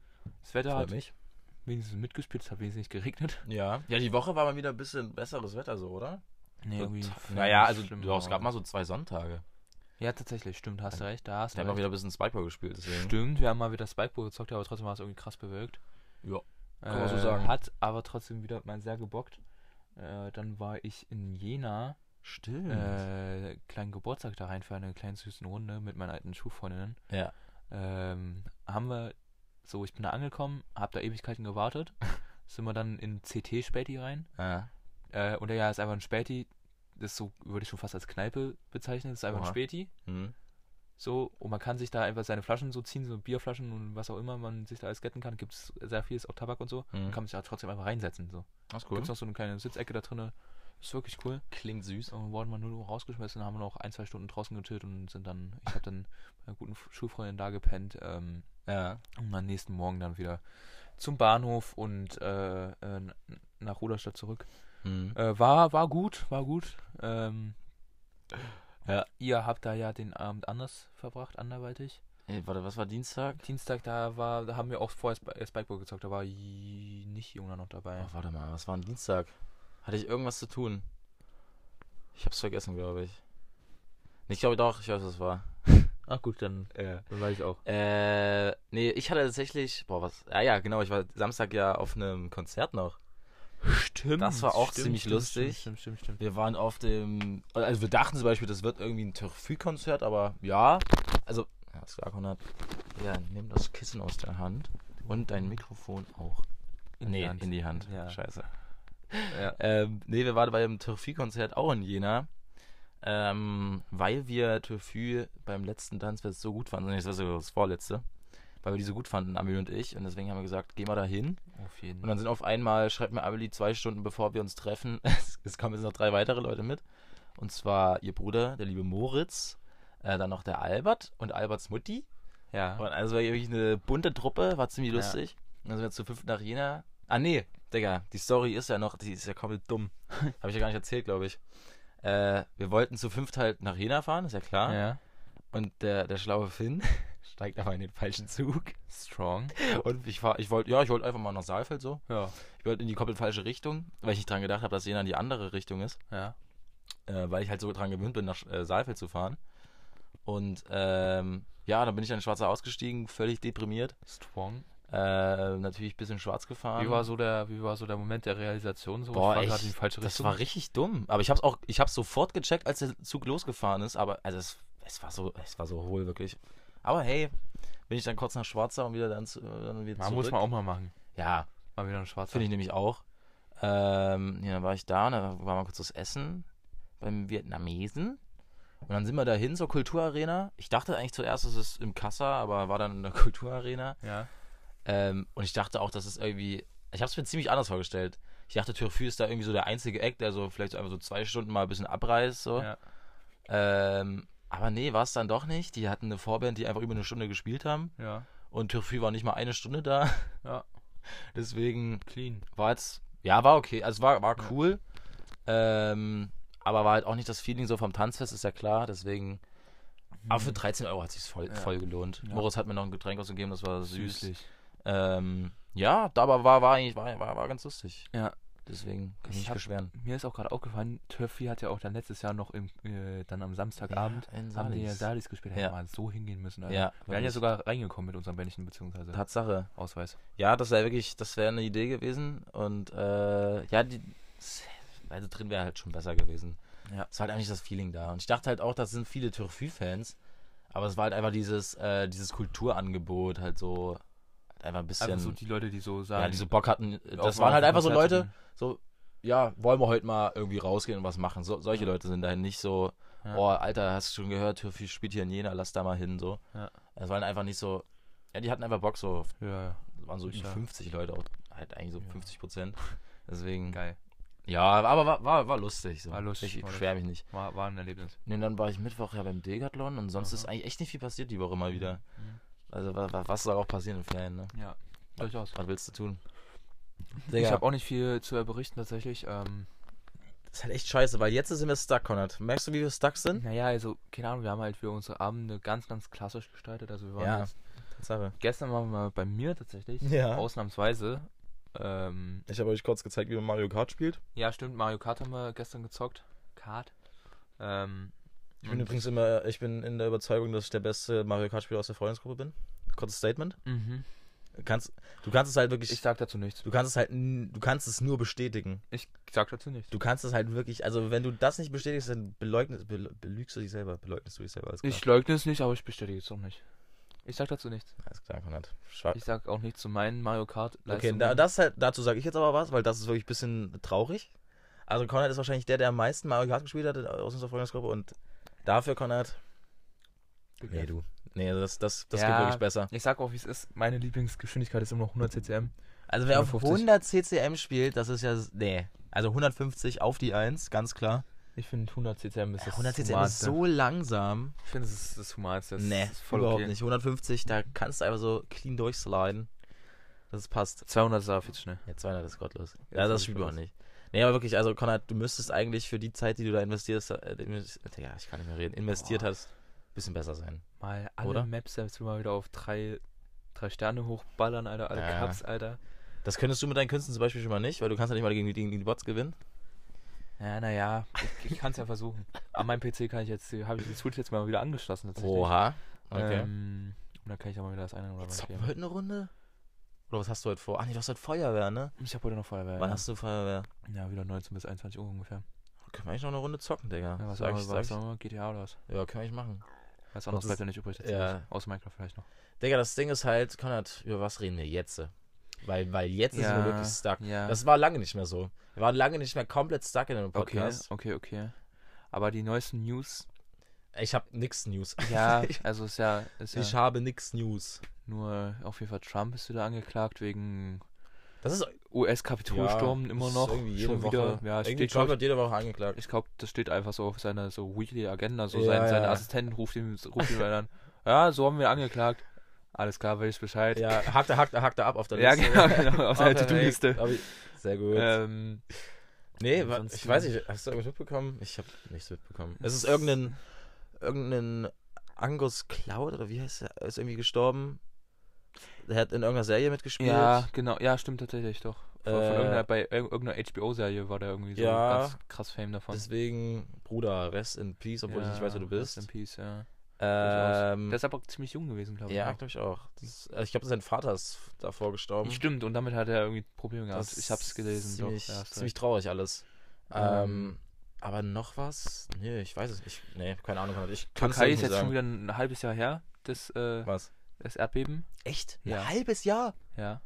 D: Das Wetter
C: Freut
D: hat
C: mich.
D: wenigstens mitgespielt, es hat wenigstens nicht geregnet.
C: Ja. Ja, die Woche war mal wieder ein bisschen besseres Wetter so, oder?
D: Nee,
C: Total. Naja, also doch, es gab mal so zwei Sonntage.
D: Ja, tatsächlich, stimmt, hast du recht, da hast
C: Da
D: du
C: haben wir
D: recht.
C: wieder ein bisschen Spikeball gespielt, deswegen.
D: Stimmt, wir haben mal wieder Spikeball gezockt, aber trotzdem war es irgendwie krass bewölkt. Äh,
C: Ja, kann man so sagen.
D: Hat aber trotzdem wieder mal sehr gebockt. Äh, dann war ich in Jena,
C: Stimmt.
D: äh, kleinen Geburtstag da rein für eine kleine süßen Runde mit meinen alten Schulfreundinnen.
C: Ja.
D: Ähm, haben wir, so, ich bin da angekommen, hab da Ewigkeiten gewartet. sind wir dann in CT Späti rein.
C: Ja.
D: Äh, und ja, ist einfach ein Späti. Das ist so, würde ich schon fast als Kneipe bezeichnen. Das ist einfach
C: Oha.
D: ein Späti.
C: Hm.
D: So, und man kann sich da einfach seine Flaschen so ziehen, so Bierflaschen und was auch immer man sich da alles getten kann. Gibt es sehr vieles, auch Tabak und so.
C: Hm.
D: Und kann man sich da trotzdem einfach reinsetzen. So.
C: Das ist
D: Gibt
C: cool.
D: es noch so eine kleine Sitzecke da drinne. Ist wirklich cool.
C: Klingt süß.
D: Und wurden wir nur noch rausgeschmissen, haben wir noch ein, zwei Stunden draußen gechillt und sind dann, ich habe dann bei einer guten F- Schulfreundin da gepennt. Ähm,
C: Ja.
D: und am nächsten Morgen dann wieder zum Bahnhof und äh, äh, n- nach Ruderstadt zurück.
C: Hm.
D: Äh, war, war gut, war gut. Ähm,
C: Ja.
D: Ihr habt da ja den Abend anders verbracht, anderweitig.
C: Äh, Ey, warte, was war Dienstag?
D: Dienstag, da war, da haben wir auch vorher Sp- äh, Spikeball gezockt, da war J- nicht Jona noch dabei.
C: Ach, Äh, warte mal, was war denn Dienstag? Hatte ich irgendwas zu tun? Ich hab's vergessen, glaube ich. Ich glaube doch, ich weiß, was es war.
B: Ach gut, dann,
C: Äh.
B: dann weiß ich auch.
C: Äh, nee, ich hatte tatsächlich, boah, was, ja, ja, genau, ich war Samstag ja auf einem Konzert noch.
B: Stimmt.
C: Das war auch ziemlich lustig.
D: Stimmt, stimmt, stimmt.
C: Wir waren auf dem, also wir dachten zum Beispiel, das wird irgendwie ein Turfü-Konzert, aber ja, also, ja, das war Konrad. Ja, nimm das Kissen aus der Hand und dein Mikrofon auch.
D: In die
C: nee,
D: Hand.
C: in die Hand.
D: Ja.
C: Scheiße.
D: Ja.
C: Ähm, nee, wir waren bei dem Turfü-Konzert auch in Jena, ähm, weil wir Turfü beim letzten Tanzfest so gut fanden, nee, das war sogar das vorletzte, weil wir die so gut fanden, Amelie und ich, und deswegen haben wir gesagt, geh mal dahin.
D: Auf jeden
C: Und dann sind auf einmal, schreibt mir Amelie zwei Stunden bevor wir uns treffen, es, es kommen jetzt noch drei weitere Leute mit. Und zwar ihr Bruder, der liebe Moritz, äh, dann noch der Albert und Alberts Mutti.
D: Ja.
C: Und also war wirklich eine bunte Truppe, war ziemlich
D: Ja.
C: lustig. Und dann sind wir zu fünft nach Jena. Ah nee, Digga, die Story ist ja noch, die ist ja komplett dumm. Habe ich ja gar nicht erzählt, glaube ich. Äh, wir wollten zu fünft halt nach Jena fahren, ist ja klar.
D: ja.
C: Und der, der schlaue Finn steigt aber in den falschen Zug.
D: Strong.
C: Und ich, fahr- ich wollte, ja, ich wollte einfach mal nach Saalfeld so.
D: Ja.
C: Ich wollte in die komplett falsche Richtung, weil ich nicht dran gedacht habe, dass Jena in die andere Richtung ist,
D: Ja.
C: äh, weil ich halt so dran gewöhnt bin, nach äh, Saalfeld zu fahren. Und ähm, ja, dann bin ich dann in Schwarzer ausgestiegen, völlig deprimiert.
D: Strong.
C: Äh, natürlich ein bisschen schwarz gefahren.
D: Wie war so der, wie war so der Moment der Realisation? So,
C: Boah,
D: ich war
C: echt,
D: gerade in die falsche
C: das
D: Richtung.
C: war richtig dumm. Aber ich hab's auch, ich hab's sofort gecheckt, als der Zug losgefahren ist, aber also es, es war so, es war so hohl, wirklich. Aber hey, bin ich dann kurz nach Schwarzer und wieder dann, zu, äh, dann wieder
D: man
C: zurück.
D: muss man auch mal machen.
C: ja,
D: Mal wieder ein schwarzer.
C: Finde ich nämlich auch. Ähm, ja, dann war ich da, und dann war mal kurz das Essen beim Vietnamesen. Und dann sind wir dahin zur Kulturarena. Ich dachte eigentlich zuerst, es ist im Kassa, aber war dann in der Kulturarena.
D: Ja.
C: Ähm, und ich dachte auch, dass es irgendwie. Ich habe es mir ziemlich anders vorgestellt. Ich dachte, Türfü ist da irgendwie so der einzige Eck, der so vielleicht so einfach so zwei Stunden mal ein bisschen abreißt. So.
D: Ja.
C: Ähm, aber nee, war es dann doch nicht. Die hatten eine Vorband, die einfach über eine Stunde gespielt haben.
D: Ja.
C: Und Türfü war nicht mal eine Stunde da.
D: Ja.
C: Deswegen
D: Clean.
C: war jetzt, ja, war okay. Also war, war cool. Ähm, aber war halt auch nicht das Feeling so vom Tanzfest, ist ja klar. Deswegen. Aber für 13 Euro hat sich's voll, voll gelohnt.
D: Mhm. Ja.
C: Moritz hat mir noch ein Getränk ausgegeben, das war süß.
D: Süßlich.
C: Ähm, ja, da aber war, war eigentlich, war, war, war ganz lustig.
D: Ja.
C: Deswegen kann ich
D: Ich
C: mich
D: hab-
C: beschweren.
D: Mir ist auch gerade aufgefallen, Töffi hat ja auch dann letztes Jahr noch im, äh, dann am Samstagabend
C: Ja, in
D: haben die ja
C: Salis.
D: Salis gespielt, hätten
C: Ja.
D: wir mal so hingehen müssen. Alter.
C: Ja,
D: wir wären ja
C: wirklich.
D: sogar reingekommen mit unserem Bändchen beziehungsweise
C: Tatsache.
D: Ausweis.
C: Ja, das wäre wirklich, das wäre eine Idee gewesen. Und äh, ja, die, also drin wäre halt schon besser gewesen.
D: Ja.
C: Es war halt eigentlich das Feeling da. Und ich dachte halt auch, das sind viele Türfü-Fans. Aber es war halt einfach dieses, äh, dieses Kulturangebot, halt so, halt einfach ein bisschen.
D: Einfach so die Leute, die so sagen.
C: ja, die so Bock hatten.
D: auch
C: Das
D: mal
C: waren
D: auf
C: halt
D: ein
C: einfach so
D: Konzert
C: Leute,
D: zu
C: so, ja, wollen wir heute mal irgendwie rausgehen und was machen. So, solche Leute sind dahin nicht so,
D: Ja.
C: oh, Alter, hast du schon gehört, Türfü spielt hier in Jena, lass da mal hin, so.
D: Ja.
C: Es waren einfach nicht so, ja, die hatten einfach Bock so auf
D: gehen. Ja, ja.
C: waren so über
D: Sicher.
C: 50 Leute, auch, halt eigentlich so 50 Prozent. Deswegen,
D: Geil.
C: ja, aber war, war, war lustig. So.
D: War lustig,
C: Ich
D: war
C: beschwer mich nicht.
D: War, war ein Erlebnis.
C: Nee, dann war ich Mittwoch ja beim Degathlon und sonst ist eigentlich echt nicht viel passiert die Woche mal wieder. Also, wa- wa- was soll auch passieren in Ferien, ne?
D: Ja, durchaus.
C: Was willst du tun?
D: Ich
C: Digga,
D: habe auch nicht viel zu berichten tatsächlich. Ähm,
C: Das ist halt echt scheiße, weil jetzt sind wir stuck, Konrad. Merkst du, wie wir stuck sind?
D: Naja, also, keine Ahnung, wir haben halt für unsere Abende ganz, ganz klassisch gestaltet. Also wir waren
C: Ja.
D: jetzt,
C: Tatsache.
D: gestern waren wir bei mir tatsächlich,
C: Ja.
D: ausnahmsweise. Ähm,
C: Ich habe euch kurz gezeigt, wie man Mario Kart spielt.
D: ja, stimmt, Mario Kart haben wir gestern gezockt. Kart. Ähm,
C: Ich bin
D: und-
C: übrigens immer, ich bin in der Überzeugung, dass ich der beste Mario Kart-Spieler aus der Freundesgruppe bin. Kurzes Statement.
D: Mhm.
C: Du kannst, du kannst es halt wirklich,
D: Ich sag dazu nichts.
C: du kannst es halt, n- du kannst es nur bestätigen.
D: Ich sag dazu nichts.
C: Du kannst es halt wirklich, also wenn du das nicht bestätigst, dann beleugnest, bel- belügst du dich selber, beleugnest du dich selber. Alles klar,
D: Ich leugne es nicht, aber ich bestätige es auch nicht. Ich sag dazu nichts.
C: alles klar Konrad. Schwach.
D: Ich sag auch nichts zu meinen Mario Kart
C: Okay,
D: Leistungen.
C: da, das ist halt, dazu sage ich jetzt aber was, weil das ist wirklich ein bisschen traurig. Also Konrad ist wahrscheinlich der, der am meisten Mario Kart gespielt hat aus unserer Freundesgruppe und dafür Konrad, nee du, nee, also das, das, das geht
D: Ja.
C: wirklich besser.
D: Ich sag auch, wie es ist. Meine Lieblingsgeschwindigkeit ist immer noch 100 CCM.
C: Also wer auf
D: 150.
C: 100 CCM spielt, das ist ja, nee, also 150 auf die 1, ganz klar.
D: Ich finde 100 CCM ist das
C: 100 CCM ist
D: Humanste.
C: so langsam.
D: Ich finde, es ist das Humanste. Das
C: Nee,
D: ist voll
C: überhaupt
D: okay.
C: nicht. 150, da kannst du einfach so clean durchsliden. Das passt.
D: 200 sah viel zu schnell.
C: Ja, 200 ist gottlos.
D: Ja,
C: Ja,
D: 200
C: das
D: ist
C: spielt man
D: gottlos.
C: nicht. Nee, aber wirklich, also Konrad, du müsstest eigentlich für die Zeit, die du da investierst, äh, invest- ja, ich kann nicht mehr reden, investiert
D: Boah.
C: hast, bisschen besser sein.
D: Mal alle
C: Oder?
D: Maps selbst mal wieder auf drei, drei Sterne hochballern, Alter. Alle
C: Ja.
D: Cups, Alter.
C: Das könntest du mit deinen Künsten zum Beispiel schon mal nicht, weil du kannst ja nicht mal gegen, die- gegen die Bots gewinnen.
D: Ja, naja. Ich, ich kann es ja versuchen. An meinem PC kann ich jetzt, habe ich die Switch jetzt mal wieder angeschlossen. tatsächlich.
C: Oha. Okay.
D: Ähm, und dann kann ich auch mal wieder das eine oder andere
C: Zocken
D: spielen.
C: wir heute eine Runde? Oder was hast du heute vor? Ach nee, du hast heute Feuerwehr, ne?
D: Ich habe heute noch Feuerwehr.
C: Wann
D: ja.
C: hast du Feuerwehr?
D: ja, wieder 19 bis 21 Uhr ungefähr.
C: Können wir eigentlich noch eine Runde zocken, Digga?
D: Ja, was
C: Sag
D: sagen
C: ich-
D: wir,
C: sag
D: was
C: ich-
D: sagen wir? GTA oder was?
C: Ja, können wir eigentlich machen.
D: Was anderes
C: das-
D: bleibt ja nicht übrig. tatsächlich.
C: ja.
D: Aus Minecraft vielleicht noch.
C: Digga, das Ding ist halt, Konrad, über was reden wir jetzt? Weil, weil jetzt sind
D: Ja,
C: wir wirklich stuck.
D: ja.
C: Das war lange nicht mehr so. Wir waren lange nicht mehr komplett stuck in einem
D: Okay,
C: Podcast.
D: okay, okay. Aber die neuesten News,
C: Ich habe nix News.
D: ja, also ist ja, ist ja
C: Ich habe nix News.
D: nur auf jeden Fall Trump ist wieder angeklagt wegen
C: Das ist
D: US-Kapitolsturm
C: ja,
D: immer
C: das
D: noch.
C: Ist irgendwie jede
D: schon
C: Woche.
D: wieder. Ja, es
C: irgendwie
D: steht, glaub
C: Trump wird jede Woche angeklagt.
D: ich, ich glaube, das steht einfach so auf seiner so Weekly Agenda. So
C: Ja,
D: sein, seine
C: ja.
D: Assistenten ruft ihm, ruft ihm dann. an. Ja, so haben wir angeklagt. Alles klar, weiß ich Bescheid.
C: ja, hackt er, hackt er, hackt er ab auf der
D: Ja,
C: Liste.
D: genau, genau, auf seiner
C: Perfekt.
D: To-Do-Liste.
C: Hab ich- Sehr gut.
D: Ähm,
C: Nee, wa-
D: Ansonsten-
C: ich weiß nicht, hast du irgendwas mitbekommen? Ich habe nichts mitbekommen. Es ist irgendein, irgendein Angus Cloud oder wie heißt er? Ist irgendwie gestorben. Der hat in irgendeiner Serie mitgespielt.
D: ja, genau, ja, stimmt tatsächlich, doch. Von,
C: Äh,
D: von irgendeiner, bei irg- irgendeiner HBO-Serie war der irgendwie so
C: Ja.
D: ganz krass Fame davon.
C: Deswegen, Bruder, rest in peace, obwohl ich nicht weiß, wer du
D: Ja, Rest
C: bist.
D: In peace, ja.
C: Ähm,
D: Der ist aber ziemlich jung gewesen, glaube ich. ne?
C: ja,
D: auch.
C: glaube ich auch. Das, ist- also ich glaube, sein Vater ist davor gestorben.
D: Stimmt, und damit hat er irgendwie Probleme gehabt.
C: Das
D: ich hab's gelesen.
C: ist Ziemlich,
D: doch, ja, hast
C: ziemlich traurig alles. Ähm,
D: Ähm,
C: aber noch was? Nee, ich weiß es nicht. Nee, keine Ahnung. Ich
D: recht.
C: kann's
D: Türkei
C: dir
D: ist
C: nicht
D: jetzt
C: sagen.
D: schon wieder ein halbes Jahr her, das, äh,
C: Was?
D: das Erdbeben.
C: Echt?
D: Ja.
C: Ein halbes Jahr?
D: Ja,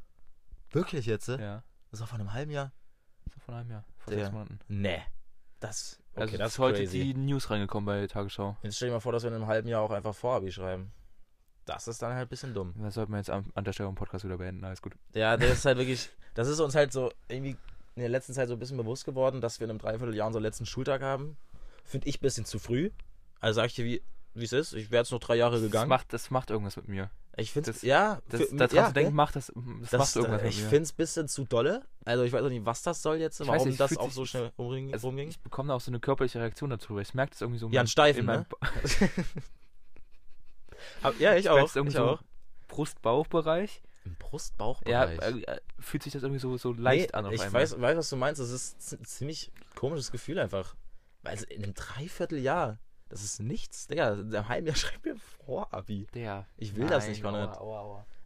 C: Wirklich jetzt? Ja.
D: ja.
C: Das war vor einem halben Jahr?
D: Das war vor einem Jahr, vor
C: Der-
D: sechs Monaten.
C: Nee. Das. Okay,
D: also
C: das
D: ist heute die News reingekommen bei Tagesschau.
C: Jetzt stell dir mal vor, dass wir in einem halben Jahr auch einfach Vorabi schreiben. Das ist dann halt ein bisschen dumm.
D: Das sollten wir jetzt an, an der Stelle im Podcast wieder beenden, alles gut.
C: Ja, das ist halt wirklich. Das ist uns halt so irgendwie in der letzten Zeit so ein bisschen bewusst geworden, dass wir in einem Dreivierteljahr unseren letzten Schultag haben. Finde ich ein bisschen zu früh. Also sag ich dir, wie wie es ist. Ich wäre jetzt noch drei Jahre
D: Das
C: gegangen.
D: macht, das macht irgendwas mit mir.
C: ich finde es.
D: das-
C: Ja,
D: Das,
C: für-
D: daran
C: ja,
D: zu denken,
C: gell?
D: macht das, das,
C: das, äh,
D: macht irgendwas
C: Ich
D: mit mir.
C: finde es ein bisschen zu dolle. Also ich weiß auch nicht, was das soll jetzt,
D: Ich weiß
C: warum
D: nicht,
C: das
D: fühlt
C: auch
D: sich-
C: so schnell umring,
D: also,
C: rumging.
D: ich bekomme da auch so eine körperliche Reaktion dazu, weil ich merke das irgendwie so. in
C: Ja,
D: meinem-
C: ein Steifen,
D: in meinem
C: ne?
D: Ba-
C: Aber, ja, ich auch.
D: merk's irgendwie
C: Ich
D: so
C: auch.
D: Brust-Bauchbereich.
C: Im
D: Ja,
C: Brustbauchbereich.
D: äh, fühlt sich das irgendwie so, so leicht
C: Nee,
D: an auf
C: ich
D: einmal.
C: weiß, weiß, was du meinst. Das ist z- ein ziemlich komisches Gefühl einfach. Weil also in einem Dreivierteljahr, das ist nichts. Digga, in einem halben Jahr schreib mir vor, Abi.
D: Der.
C: Ich will das nicht, Konrad.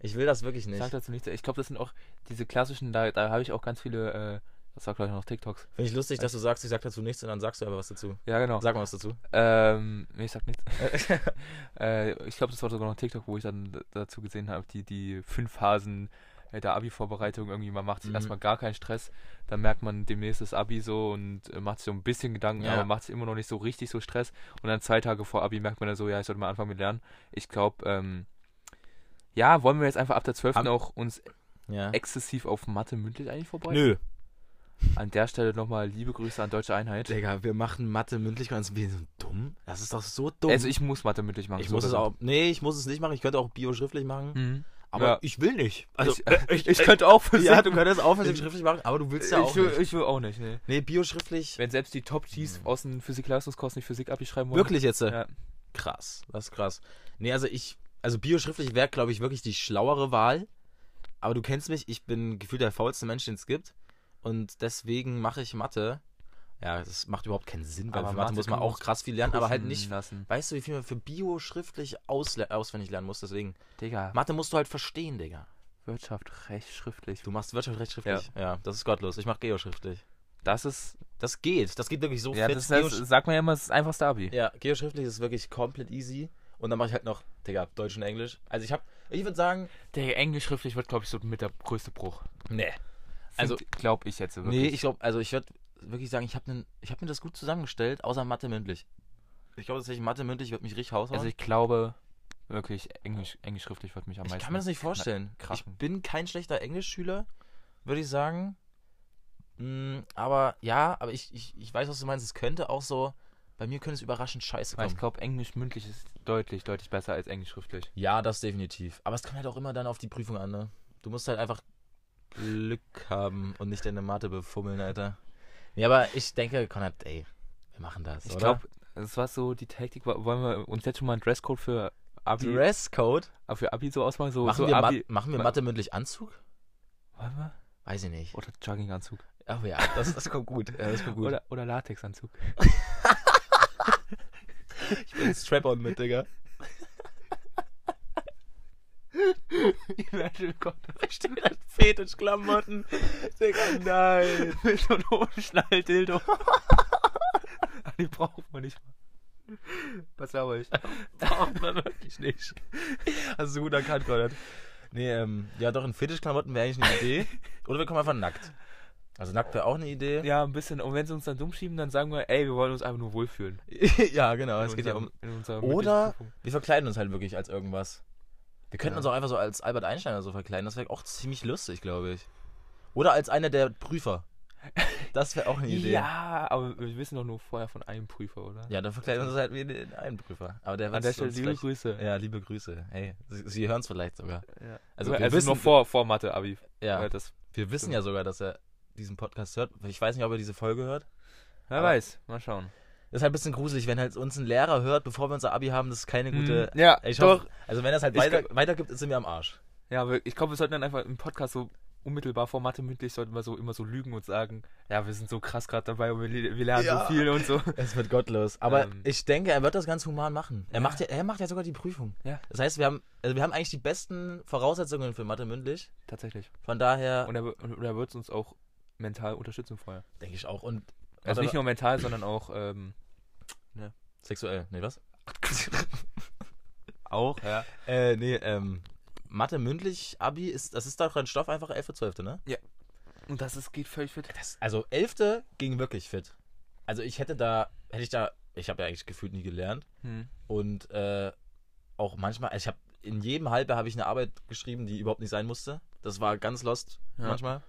C: Ich will das wirklich nicht.
D: oh. Sag dazu nichts. Ich glaube, das sind auch diese klassischen, da, da habe ich auch ganz viele, äh, das war glaube ich noch TikToks.
C: Finde ich lustig, dass du sagst, ich sag dazu nichts und dann sagst du aber was dazu.
D: Ja, genau.
C: Sag mal was dazu.
D: Ähm, nee, ich sag nichts. äh, ich glaube, das war sogar noch TikTok, wo ich dann d- dazu gesehen habe, die, die fünf Phasen äh, der Abi-Vorbereitung irgendwie, man macht sich
C: Mhm.
D: erstmal gar keinen Stress, dann merkt man demnächst das Abi so und äh, macht sich so ein bisschen Gedanken,
C: Ja.
D: aber macht sich immer noch nicht so richtig so Stress und dann zwei Tage vor Abi merkt man dann so, ja, ich sollte mal anfangen mit Lernen. Ich glaube, ähm, ja, wollen wir jetzt einfach ab der 12.
C: Am-
D: auch uns
C: Ja.
D: exzessiv auf Mathe mündlich eigentlich vorbei?
C: Nö.
D: An der Stelle nochmal liebe Grüße an Deutsche Einheit.
C: Digga, wir machen Mathe mündlich ganz wir sind dumm. Das ist doch so dumm.
D: Also ich muss Mathe mündlich machen.
C: ich
D: so
C: muss
D: oder
C: es
D: so.
C: auch. Nee, ich muss es nicht machen. Ich könnte auch Bio schriftlich machen.
D: Mhm.
C: Aber
D: Ja.
C: ich will nicht. Also,
D: ich, Also, äh, ich, ich könnte auch für
C: ja, du könntest aufhören, schriftlich machen, aber du willst ja auch
D: ich, will,
C: nicht.
D: ich will auch nicht, Hm. ne.
C: Nee, Bio-schriftlich.
D: Wenn selbst die Top-Gs aus dem Physikleistungskurs nicht Physik abschreiben wollen.
C: Wirklich jetzt? äh,
D: Ja.
C: Krass, das ist krass. Nee, also ich, also bioschriftlich wäre, glaube ich, wirklich die schlauere Wahl. Aber du kennst mich, ich bin gefühlt der faulste Mensch, den es gibt. Und deswegen mache ich Mathe. Ja, das macht überhaupt keinen Sinn, weil
D: Aber
C: für Mathe
D: Mathe
C: muss man
D: können wir
C: auch krass viel lernen, aber halt
D: Pushen
C: nicht.
D: Lassen.
C: Weißt du, wie viel man für Bio schriftlich ausle- auswendig lernen muss? Deswegen.
D: Digga,
C: Mathe musst du halt verstehen, Digga.
D: Wirtschaft, Recht, schriftlich.
C: Du machst Wirtschaft recht schriftlich. Ja, das ist gottlos. Ich mache Geo schriftlich.
D: Das ist,
C: Das geht. Das geht wirklich so
D: ja,
C: fit.
D: das,
C: Geo-
D: das sagt man ja immer, das ist einfach Stabi.
C: Ja, Geoschriftlich ist wirklich komplett easy. Und dann mache ich halt noch, Digga, Deutsch und Englisch. Also ich habe, ich würde sagen,
D: Der Englisch schriftlich wird, glaube ich, so mit der größte Bruch.
C: nee. Also-
D: Also, glaube ich jetzt wirklich.
C: Nee, ich glaube, also ich würde wirklich sagen, ich habe ich hab mir das gut zusammengestellt, außer Mathe mündlich. Ich glaube tatsächlich, Mathe mündlich wird mich richtig haushauen.
D: also ich glaube wirklich, Englisch, Englisch schriftlich wird mich am
C: ich
D: meisten.
C: kann mir das nicht vorstellen.
D: krass.
C: Ich bin kein schlechter Englischschüler, würde ich sagen. Mm, aber ja, aber ich, ich, ich weiß, was du meinst. Es könnte auch so, bei mir könnte es überraschend scheiße
D: Weil
C: kommen.
D: ich glaube, Englisch mündlich ist deutlich, deutlich besser als Englisch schriftlich.
C: Ja, das definitiv. Aber es kommt halt auch immer dann auf die Prüfung an, ne? Du musst halt einfach Glück haben und nicht deine Mathe befummeln, Alter. Nee, aber ich denke, Konrad, ey, wir machen das,
D: Ich
C: oder?
D: glaube, das war so die Taktik. wa- Wollen wir uns jetzt schon mal einen Dresscode für Abi, ah,
C: Dresscode?
D: für Abi so ausmachen? So,
C: Machen,
D: so
C: wir Ma-
D: Abi.
C: machen wir
D: Ma-
C: Mathe mündlich Anzug?
D: Wollen wir?
C: Weiß ich nicht.
D: Oder Jogginganzug.
C: Ach ja, das, das kommt gut. Ja, das kommt gut.
D: Oder, oder Latexanzug.
C: ich bin Strap-on mit, Digga.
D: oh
C: Ich stehe wieder in Fetischklamotten. Digga, nein.
D: Mit so einem Umschnall-Dildo. Die braucht man nicht mal. Was glaube ich?
C: Braucht man wirklich nicht. Hast du gut erkannt, Konrad. Nee, ähm, ja, doch, in Fetischklamotten wäre eigentlich eine Idee. Oder wir kommen einfach nackt. Also nackt wäre auch eine Idee.
D: Ja, ein bisschen. Und wenn sie uns dann dumm schieben, dann sagen wir, ey, wir wollen uns einfach nur wohlfühlen.
C: ja, genau,
D: In
C: es geht ja um.
D: unserem- in unserer
C: Oder-
D: mündlichen Prüfung.
C: Wir verkleiden uns halt wirklich als irgendwas. Wir könnten
D: Ja.
C: uns auch einfach so als Albert Einstein oder so verkleiden. Das wäre auch ziemlich lustig, glaube ich. Oder als einer der Prüfer. Das wäre auch eine Idee.
D: Ja, aber wir wissen doch nur vorher von einem Prüfer, oder?
C: Ja, dann verkleiden wir uns halt wie den einen Prüfer. Aber der
D: An der
C: wird's
D: Stelle
C: uns
D: liebe
C: vielleicht-
D: Grüße.
C: Ja, liebe Grüße. Hey, Sie, Sie hören es vielleicht sogar.
D: Ja.
C: Also,
D: Also,
C: wir
D: also
C: wissen-
D: noch vor, vor Mathe, Abi.
C: Ja.
D: Weil Das,
C: Wir wissen ja sogar, dass er diesen Podcast hört. Ich weiß nicht, ob er diese Folge hört.
D: wer
C: Aber-
D: weiß, mal schauen.
C: Ist halt ein bisschen gruselig, wenn halt uns ein Lehrer hört, bevor wir unser Abi haben, das ist keine gute.
D: ja,
C: Ey, ich
D: Hm. doch.
C: Hoffe, also wenn er es halt
D: Ich
C: weiter, weitergibt, ist er mir am Arsch.
D: Ja, aber ich glaube, wir sollten dann einfach im Podcast so unmittelbar vor Mathe mündlich sollten wir so immer so lügen und sagen, ja, wir sind so krass gerade dabei und wir, le- wir lernen
C: Ja.
D: so viel und so.
C: Es wird gottlos. Aber
D: Ähm.
C: ich denke, er wird das ganz human machen. Er, macht, ja, er macht ja sogar die Prüfung.
D: Ja.
C: Das heißt, wir haben, also wir haben eigentlich die besten Voraussetzungen für Mathe mündlich.
D: Tatsächlich.
C: Von daher
D: Und er, wi- und er wird uns auch mental unterstützen vorher.
C: denke ich auch. Und
D: Also
C: Warte,
D: nicht nur mental, sondern auch ähm,
C: sexuell. Nee, was?
D: auch, ja.
C: Äh, nee, ähm. Mathe mündlich, Abi, ist, das ist doch ein Stoff einfach 11. 12., ne?
D: Und das ist, geht völlig fit.
C: Das, also elfte ging wirklich fit. Also ich hätte da, hätte ich da, ich habe ja eigentlich gefühlt nie gelernt
D: Hm.
C: und äh, auch manchmal, also ich habe in jedem Halbjahr habe ich eine Arbeit geschrieben, die überhaupt nicht sein musste. Das war ganz lost
D: Ja.
C: manchmal.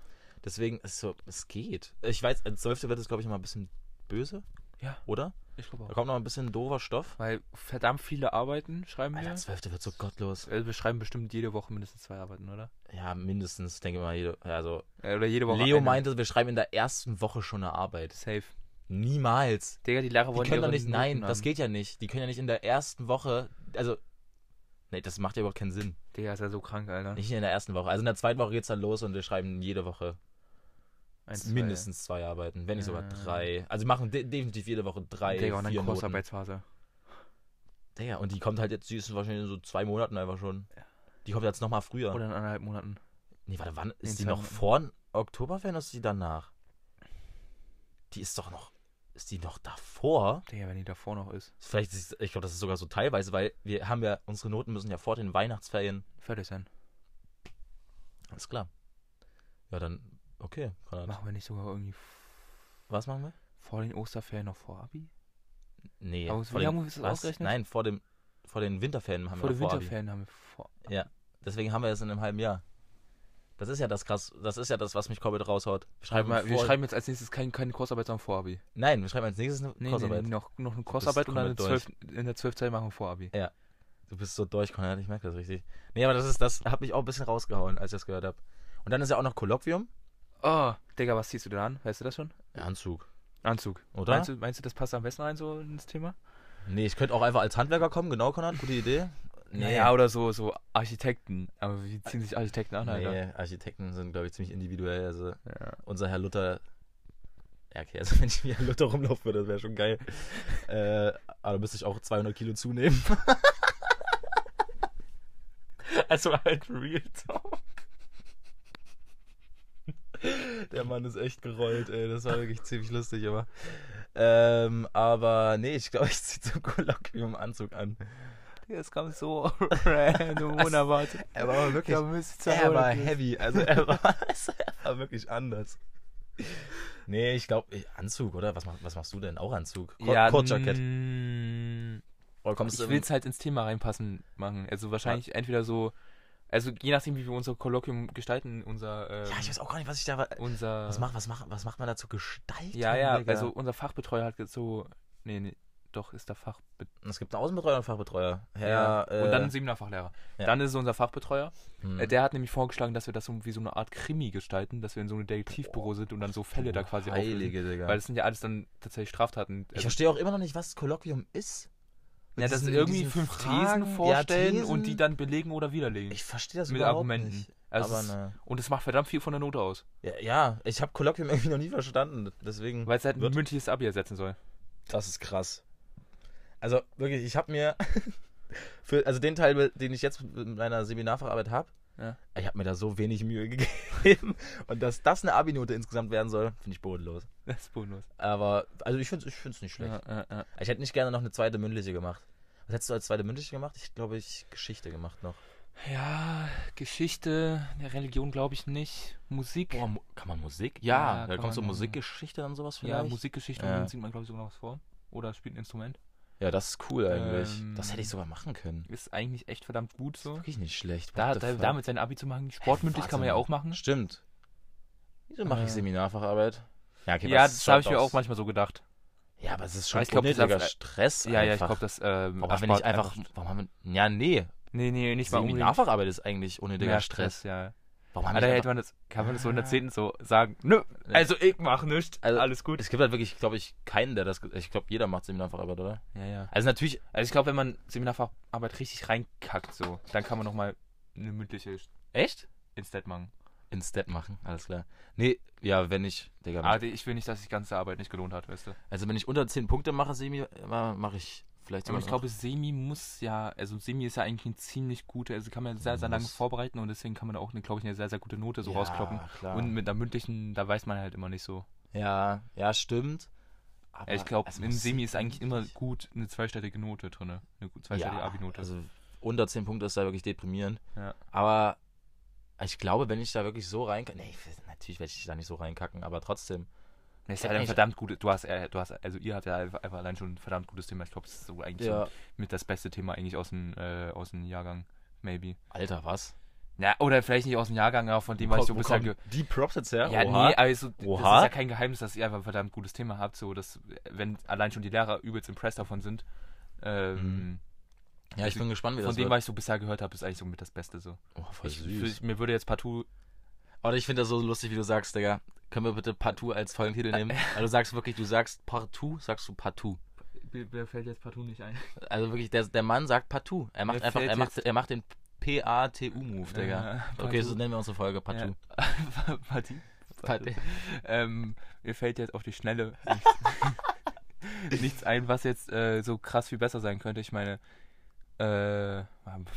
C: Deswegen ist so, es geht. Ich weiß, als zwölfte wird es glaube ich noch mal ein bisschen böse,
D: Ja.
C: oder?
D: Ich glaube
C: Da
D: auch.
C: kommt noch mal ein bisschen dover Stoff.
D: Weil verdammt viele Arbeiten schreiben
C: Alter,
D: wir.
C: zwölfte wird so gottlos.
D: Also wir schreiben bestimmt jede Woche mindestens zwei Arbeiten, oder?
C: Ja, mindestens, denke ich mal, jede, also
D: Äh, Oder jede Woche.
C: Leo
D: eine.
C: meinte, wir schreiben in der ersten Woche schon eine Arbeit.
D: Safe.
C: Niemals.
D: Digga, die Lehrer
C: Die
D: wollen
C: können doch
D: ihre
C: nicht, nein,
D: Noten
C: das
D: haben.
C: geht ja nicht. Die können ja nicht in der ersten Woche, also, nee, das macht ja überhaupt keinen Sinn.
D: Digga, ist ja so krank, Alter.
C: Nicht in der ersten Woche. Also in der zweiten Woche geht's dann los und wir schreiben jede Woche
D: Eins, zwei.
C: mindestens zwei Arbeiten, wenn nicht sogar
D: Ja.
C: drei. Also wir machen de definitiv jede Woche drei,
D: Digga, und dann
C: vier Noten.
D: Kursarbeitsphase.
C: Digga, und die kommt halt jetzt, die ist wahrscheinlich in so zwei Monaten einfach schon. Die kommt jetzt nochmal früher.
D: Oder in anderthalb Monaten.
C: nee, warte, wann,
D: in
C: ist die
D: zwei
C: noch
D: Monaten.
C: vor Oktoberferien oder ist die danach? Die ist doch noch, ist die noch davor?
D: Digga, wenn die davor noch ist.
C: Vielleicht ist, ich glaube, das ist sogar so teilweise, weil wir haben ja, unsere Noten müssen ja vor den Weihnachtsferien.
D: Fertig sein.
C: Alles klar. Ja, dann, okay. Konrad.
D: Machen wir nicht sogar irgendwie f-
C: Was machen wir?
D: vor den Osterferien noch vor Abi?
C: Nee.
D: Aber
C: vor
D: wie
C: den-
D: haben wir das
C: was?
D: ausgerechnet?
C: Nein, vor dem, vor den Winterferien haben
D: vor
C: wir
D: den
C: noch vor
D: Winterferien haben wir vor.
C: Abi. Ja, deswegen haben wir das in einem halben Jahr. Das ist ja das krass, das ist ja das, was mich komplett raushaut. Wir schreiben,
D: Mal, wir
C: vor,
D: schreiben jetzt als nächstes kein, keine Kursarbeit, sondern vor Abi.
C: Nein, wir schreiben als nächstes eine
D: Nee,
C: Kursarbeit.
D: Nee, noch, noch eine Kursarbeit und dann in,
C: komplett durch.
D: 12, in der 12. machen wir vor Abi.
C: Du bist so durch, Konrad, ich merke das richtig. Nee, aber das ist, das hat mich auch ein bisschen rausgehauen, als ich das gehört habe. Und dann ist ja auch noch Kolloquium.
D: Oh, Digga, was ziehst du denn an? Weißt du das schon?
C: Ja, Anzug.
D: Anzug.
C: Oder?
D: Meinst du, meinst du, das passt am besten rein so ins Thema?
C: Nee, ich könnte auch einfach als Handwerker kommen, genau, Konrad, gute Idee.
D: Naja, oder so, so Architekten. Aber wie ziehen sich Architekten an, Alter?
C: nee, Architekten sind, glaube ich, ziemlich individuell. Also
D: Ja.
C: unser Herr Luther. Ja, okay, also wenn ich wie Herr Luther rumlaufen würde, das wäre schon geil. äh, aber da müsste ich auch 200 Kilo zunehmen. also halt real talk. Der Mann ist echt gerollt, ey. Das war wirklich ziemlich lustig, aber. Ähm, aber nee, ich glaube, ich ziehe zum Kolloquium Anzug an.
D: Das kam so random, unerwartet.
C: Er war aber wirklich.
D: Da müsst ihr
C: Er
D: aber
C: war
D: gehen.
C: heavy, also er war, er war wirklich anders. Nee, ich glaube, Anzug, oder? Was, mach, was machst du denn? Auch Anzug? Kur-
D: Ja,
C: Kurzjackett.
D: mm,
C: Oder kommst du
D: Ich
C: im-
D: will es halt ins Thema reinpassen machen. Also wahrscheinlich entweder so, also je nachdem, wie wir unser Kolloquium gestalten, unser, ähm,
C: Ja, ich weiß auch gar nicht, was ich da. wa-
D: unser,
C: Was macht, was macht, was macht man dazu? Gestalten?
D: ja, ja,
C: Digga?
D: also unser Fachbetreuer hat jetzt so, nee, nee, doch, ist der Fachbetreuer.
C: Es gibt einen Außenbetreuer und einen Fachbetreuer. Ja, äh,
D: und dann ein siebener Fachlehrer.
C: ja.
D: Dann ist es unser Fachbetreuer.
C: hm.
D: Äh, Der hat nämlich vorgeschlagen, dass wir das so wie so eine Art Krimi gestalten, dass wir in so einem Detektivbüro sind und dann so Fälle da quasi auflegen.
C: Heilige, Digga.
D: Weil das sind ja alles dann tatsächlich Straftaten.
C: ich
D: Also,
C: verstehe auch immer noch nicht, was Kolloquium ist. Mit
D: ja, das
C: diesen-
D: sind irgendwie
C: diesen
D: fünf
C: Fragen-
D: Thesen
C: ja,
D: vorstellen und
C: Thesen.
D: die dann belegen oder widerlegen.
C: Ich verstehe das
D: Mit
C: überhaupt
D: Argumenten.
C: nicht.
D: Also
C: aber
D: es ist-
C: ne.
D: Und es macht verdammt viel von der Note aus.
C: Ja, ja, ich habe Kolloquium irgendwie noch nie verstanden. Deswegen.
D: Weil es halt ein
C: Wird-
D: mündliches Abi ersetzen soll.
C: Das ist krass. Also wirklich, ich habe mir für also den Teil, den ich jetzt mit meiner Seminarfacharbeit habe,
D: Ja.
C: ich habe mir da so wenig Mühe gegeben und dass das eine Abi-Note insgesamt werden soll, finde ich bodenlos.
D: Das ist bonus.
C: Aber also ich finde es ich find's nicht schlecht.
D: Ja, ja, ja.
C: Ich hätte nicht gerne noch eine zweite mündliche gemacht. Was hättest du als zweite mündliche gemacht? Ich hätte, glaube ich Geschichte gemacht noch.
D: ja, Geschichte, ja, Religion glaube ich nicht. Musik.
C: Boah, Mu- kann man Musik?
D: Ja,
C: Ja, da
D: kann
C: kommt so
D: man-
C: Musikgeschichte und sowas
D: ja,
C: vielleicht.
D: Musikgeschichte
C: Ja.
D: und dann singt man glaube ich sogar noch was vor. Oder spielt ein Instrument.
C: Ja, das ist cool eigentlich.
D: Ähm,
C: das hätte ich sogar machen können.
D: Ist eigentlich echt verdammt gut so.
C: Wirklich nicht schlecht.
D: Da,
C: What the
D: da,
C: fuck?
D: damit sein Abi zu machen. Sportmündlich kann man ja
C: Wahnsinn.
D: auch machen.
C: Stimmt. Wieso mache ich
D: Äh.
C: Seminarfacharbeit? Ja, okay,
D: ja,
C: was
D: das
C: schaut
D: habe ich mir
C: aus?
D: auch manchmal so gedacht.
C: Ja, aber es ist
D: Aber
C: schon
D: ich glaub, das
C: unnötiger
D: darf-
C: Stress.
D: Ja, ja, ich
C: einfach.
D: glaube, das. Ähm,
C: Warum haben wir nicht einfach. Warum haben wir, ja, nee.
D: Nee, nee, nicht mal unbedingt.
C: Seminarfacharbeit ist eigentlich unnötiger
D: Mehr
C: Stress.
D: Stress, ja.
C: Warum haben
D: Aber da
C: wir nicht
D: hätte
C: einfach,
D: man das, kann man das so in der 10. so sagen. Nö,
C: Nee.
D: also ich mach nichts.
C: Also-
D: alles gut.
C: Es gibt halt wirklich, glaube ich, keinen, der das. ge- Ich glaube, jeder macht Seminarfacharbeit, oder?
D: Ja, ja.
C: Also, natürlich.
D: Also ich glaube, wenn man Seminarfacharbeit richtig reinkackt, so, dann kann man nochmal eine mündliche
C: Echt?
D: Instat machen.
C: In Step machen, alles klar. Nee, ja, wenn ich. Digga,
D: Aber ich will nicht, dass sich die ganze Arbeit nicht gelohnt hat, weißt du.
C: also, wenn ich unter 10 Punkte mache, Semi, mache ich vielleicht sogar.
D: Aber ich glaube, Semi muss ja, also Semi ist ja eigentlich ein ziemlich guter, also kann man sehr, sehr lange
C: Muss.
D: vorbereiten und deswegen kann man auch, eine, glaube ich, eine sehr, sehr gute Note so
C: ja,
D: rauskloppen.
C: Klar.
D: Und mit einer mündlichen, da weiß man halt immer nicht so.
C: ja, ja, stimmt. Aber
D: Ja, ich glaube,
C: es
D: im
C: muss
D: Semi ist eigentlich immer
C: nicht.
D: gut eine zweistellige Note drin. ne? Eine gut- zweistellige Abi-Note.
C: Also unter 10 Punkte ist da wirklich deprimierend.
D: Ja.
C: Aber ich glaube, wenn ich da wirklich so reinkacke. Nee, ich weiß- natürlich werde ich da nicht so reinkacken, aber trotzdem.
D: Das ist
C: Ja,
D: halt ein
C: eigentlich-
D: verdammt gutes, du hast, äh, du hast, also ihr habt ja einfach einfach allein schon ein verdammt gutes Thema. Ich glaube, das ist so eigentlich so
C: Ja.
D: mit das beste Thema eigentlich aus dem, äh, aus dem Jahrgang, maybe.
C: Alter, was?
D: Na, oder vielleicht nicht aus dem Jahrgang, aber von dem, was ich so bisher ge
C: Die Props jetzt her?
D: Ja,
C: Oha.
D: nee, also das
C: Oha.
D: ist ja kein Geheimnis, dass ihr einfach ein verdammt gutes Thema habt, so dass, wenn allein schon die Lehrer übelst impressed davon sind. Ähm,
C: Mhm. ja, ich bin gespannt, wie
D: Von
C: das
D: dem,
C: wird.
D: was ich so bisher gehört habe, ist eigentlich so mit das Beste so.
C: Oh, voll
D: ich,
C: süß.
D: für- mir würde jetzt partout.
C: Oder ich finde das so lustig, wie du sagst, Digga. Können wir bitte Partout als Folgentitel nehmen? Also du sagst wirklich, du sagst Partout, sagst du Partout.
D: Mir, fällt jetzt partout nicht ein.
C: Also wirklich, der, der Mann sagt Partout. Er macht
D: Mir
C: einfach,
D: fällt
C: er macht, er macht den P-A-T-U-Move, Digga. okay, so nennen wir unsere Folge Partout.
D: Ja. partout.
C: Partout.
D: Ähm, mir fällt jetzt auf die Schnelle nichts, nichts ein, was jetzt äh, so krass viel besser sein könnte. Ich meine, äh,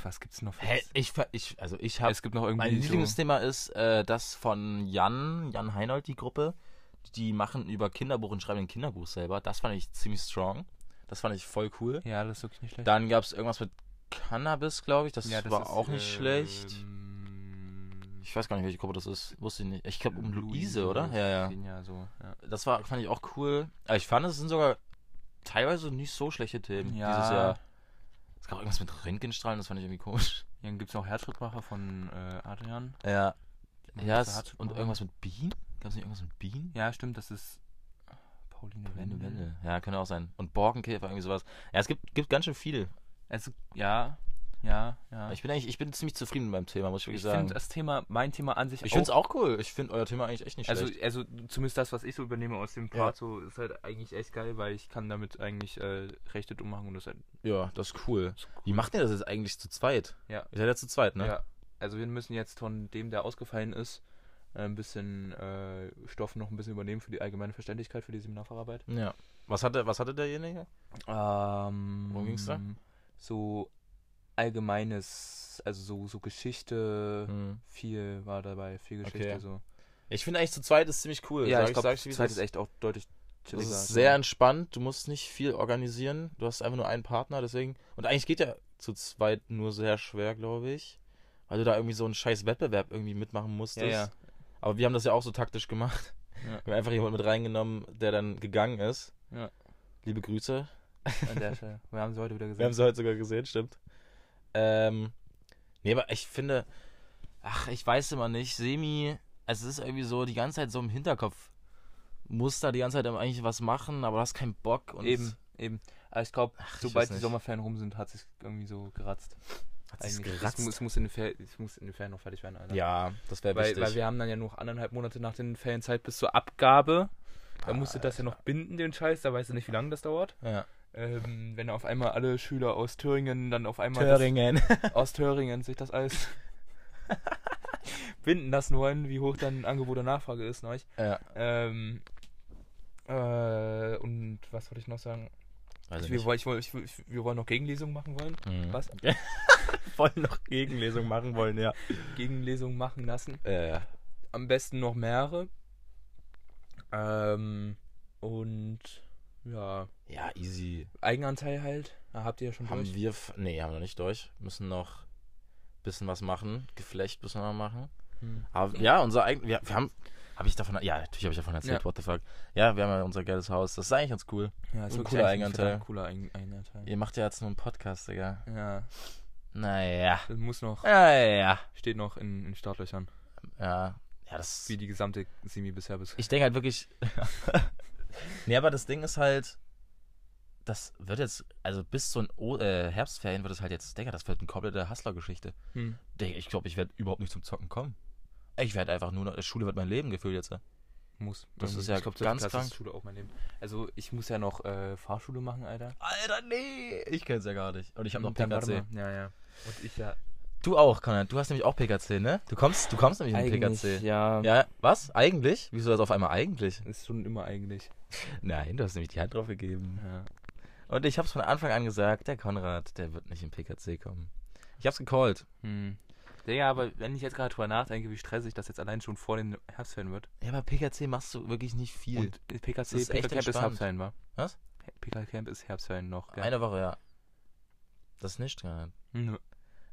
D: was gibt's noch? für-
C: Hä? Ich, ver- ich, also ich habe
D: Es gibt noch irgendwie
C: Mein
D: so,
C: Lieblingsthema ist äh, das von Jan, Jan Heinold, die Gruppe. Die machen über Kinderbuch und schreiben den Kinderbuch selber. Das fand ich ziemlich strong. Das fand ich voll cool.
D: Ja, das ist wirklich nicht schlecht.
C: Dann gab es irgendwas mit Cannabis, glaube ich. Das,
D: ja, das
C: war
D: ist,
C: auch nicht
D: ähm,
C: schlecht. Ich weiß gar nicht, welche Gruppe das ist. Wusste ich nicht. Ich glaube, um Luise, oder? Ja, ja.
D: Ja, so, ja.
C: Das war, fand ich auch cool. Aber ich fand, es sind sogar teilweise nicht so schlechte Themen
D: Ja.
C: Ähm, dieses Jahr. Es gab irgendwas mit Röntgenstrahlen, das fand ich irgendwie komisch.
D: Dann gibt's noch Herzschrittmacher von äh, Adrian.
C: Ja. Ja,
D: Mr.
C: es, und
D: Herzschrittmacher.
C: irgendwas mit Bienen? Gab es nicht irgendwas mit Bienen?
D: Ja, stimmt, das ist Pauline
C: Wende,
D: Wende.
C: Wende. Ja, könnte auch sein. Und Borkenkäfer, irgendwie sowas. Ja, es gibt, gibt ganz schön viel.
D: Also, ja, Ja, ja.
C: Ich bin eigentlich, ich bin ziemlich zufrieden mit meinem Thema, muss ich
D: Ich
C: wirklich sagen.
D: finde das Thema, mein Thema an sich
C: Ich finde es auch cool. Ich finde euer Thema eigentlich echt nicht
D: Also,
C: schlecht.
D: also zumindest das, was ich so übernehme aus dem Part, so ist halt eigentlich echt geil, weil ich kann damit eigentlich äh, rechtet ummachen und das halt.
C: Ja, das ist cool. Wie macht ihr das jetzt eigentlich zu zweit?
D: Ja.
C: Ihr seid ja zu zweit, ne?
D: Ja. Also wir müssen jetzt von dem, der ausgefallen ist, äh, ein bisschen äh, Stoff noch ein bisschen übernehmen für die allgemeine Verständlichkeit für die Seminarfacharbeit.
C: Ja. Was hatte, was hatte derjenige?
D: Ähm,
C: Worum ging's da?
D: So allgemeines, also so, so Geschichte,
C: Hm.
D: viel war dabei, viel Geschichte
C: Okay.
D: so.
C: Ich finde eigentlich zu zweit ist ziemlich cool.
D: Ja,
C: Sag
D: ich glaube,
C: sag wie
D: die
C: es
D: Zeit ist echt auch deutlich
C: Das
D: chilliger.
C: ist sehr entspannt, du musst nicht viel organisieren, du hast einfach nur einen Partner, deswegen. Und eigentlich geht ja zu zweit nur sehr schwer, glaube ich. Weil du da irgendwie so einen scheiß Wettbewerb irgendwie mitmachen musstest.
D: ja.
C: Aber wir haben das ja auch so taktisch gemacht.
D: Ja.
C: Wir haben einfach jemanden mit reingenommen, der dann gegangen ist.
D: Ja.
C: Liebe Grüße.
D: an der Stelle. Wir haben sie heute wieder
C: Wir haben
D: gesehen.
C: sie heute sogar gesehen, stimmt. Ähm, nee, aber ich finde, ach, ich weiß immer nicht, Semi, also es ist irgendwie so die ganze Zeit so im Hinterkopf. Muss da die ganze Zeit eigentlich was machen, aber du hast keinen Bock und
D: Eben, eben. Aber ich glaube,
C: Ach, ich weiß
D: sobald die
C: nicht.
D: Sommerferien rum sind, hat es irgendwie so geratzt.
C: hat sich's
D: Eigentlich.
C: geratzt.
D: Es, mu- es, muss in den Fer- es muss in den Ferien noch fertig werden, Alter.
C: Ja, das wäre
D: Weil,
C: wichtig.
D: weil wir haben dann ja noch anderthalb Monate nach den Ferien Zeit bis zur Abgabe. Da musst du das ja noch binden, den Scheiß. Da weißt du nicht, wie lange das dauert.
C: ja.
D: Ähm, wenn auf einmal alle Schüler aus Thüringen dann auf einmal
C: Thüringen.
D: Das, aus Thüringen sich das alles binden lassen wollen, wie hoch dann Angebot und Nachfrage ist, ne?
C: ja.
D: Ähm, äh, und was wollte ich noch sagen?
C: Also
D: wir, woll- ich, woll- ich, woll- ich, wir wollen noch Gegenlesungen machen wollen. Was?
C: Mhm. wollen noch Gegenlesung machen wollen, ja.
D: Gegenlesungen machen lassen.
C: Äh,
D: Am besten noch mehrere. Ähm, und ja,
C: ja, easy.
D: Eigenanteil halt. Da habt ihr ja schon
C: Haben
D: durch.
C: wir. f- Nee, haben wir noch nicht durch. Müssen noch bisschen was machen. Geflecht müssen wir noch machen.
D: Hm.
C: Aber ja, unser eigen. Wir, wir haben. Habe ich davon. Ja, natürlich habe ich davon erzählt.
D: Ja.
C: What the fuck. Ja, wir haben ja unser geiles Haus. Das ist eigentlich ganz cool.
D: Ja,
C: Ein
D: wirklich
C: cooler
D: eigentlich
C: Eigenanteil.
D: verdammt cooler Eigen- Eigenanteil.
C: Ihr macht ja jetzt nur einen Podcast, Digga.
D: Ja,
C: Naja.
D: das muss noch,
C: Naja.
D: steht noch in, in Startlöchern,
C: Ja. Ja, das.
D: wie die gesamte Semi bisher bis.
C: Ich denke halt wirklich. nee, aber das Ding ist halt. Das wird jetzt, also bis zu den o äh, Herbstferien wird es halt jetzt, Digga, das wird eine komplette Hustler-Geschichte.
D: Hm.
C: Digga, ich glaube, ich werde überhaupt nicht zum Zocken kommen. Ich werde einfach nur, noch- Schule wird mein Leben gefühlt jetzt.
D: Muss.
C: Das
D: Irgendwie.
C: ist ja
D: ich glaub,
C: ganz
D: das
C: krank.
D: Ist Schule auch mein Leben. Also ich muss ja noch äh, Fahrschule machen, Alter.
C: Alter, nee, ich kenn's ja gar nicht. Und ich habe noch
D: Dann warte
C: PKC.
D: mal. Ja, ja. Und ich ja.
C: Du auch, Conrad. Du hast nämlich auch PKC, ne? Du kommst, du kommst nämlich in den PKC.
D: ja.
C: Ja, was? Eigentlich? Wieso das auf einmal eigentlich?
D: Ist schon immer eigentlich.
C: Nein, du hast nämlich die Hand drauf gegeben.
D: Ja.
C: Und ich hab's von Anfang an gesagt, der Konrad, der wird nicht in PKC kommen. Ich hab's gecallt.
D: Hm. Digga, aber wenn ich jetzt gerade drüber nachdenke, wie stressig das jetzt allein schon vor den Herbstferien wird.
C: Ja, aber PKC machst du wirklich nicht viel.
D: Und PKC,
C: Das ist echt
D: PK Camp ist
C: entspannt.
D: Herbstferien, war.
C: Was?
D: PK Camp ist Herbstferien noch. gell?
C: Eine Woche, ja. Das ist nicht, Konrad.
D: Nö.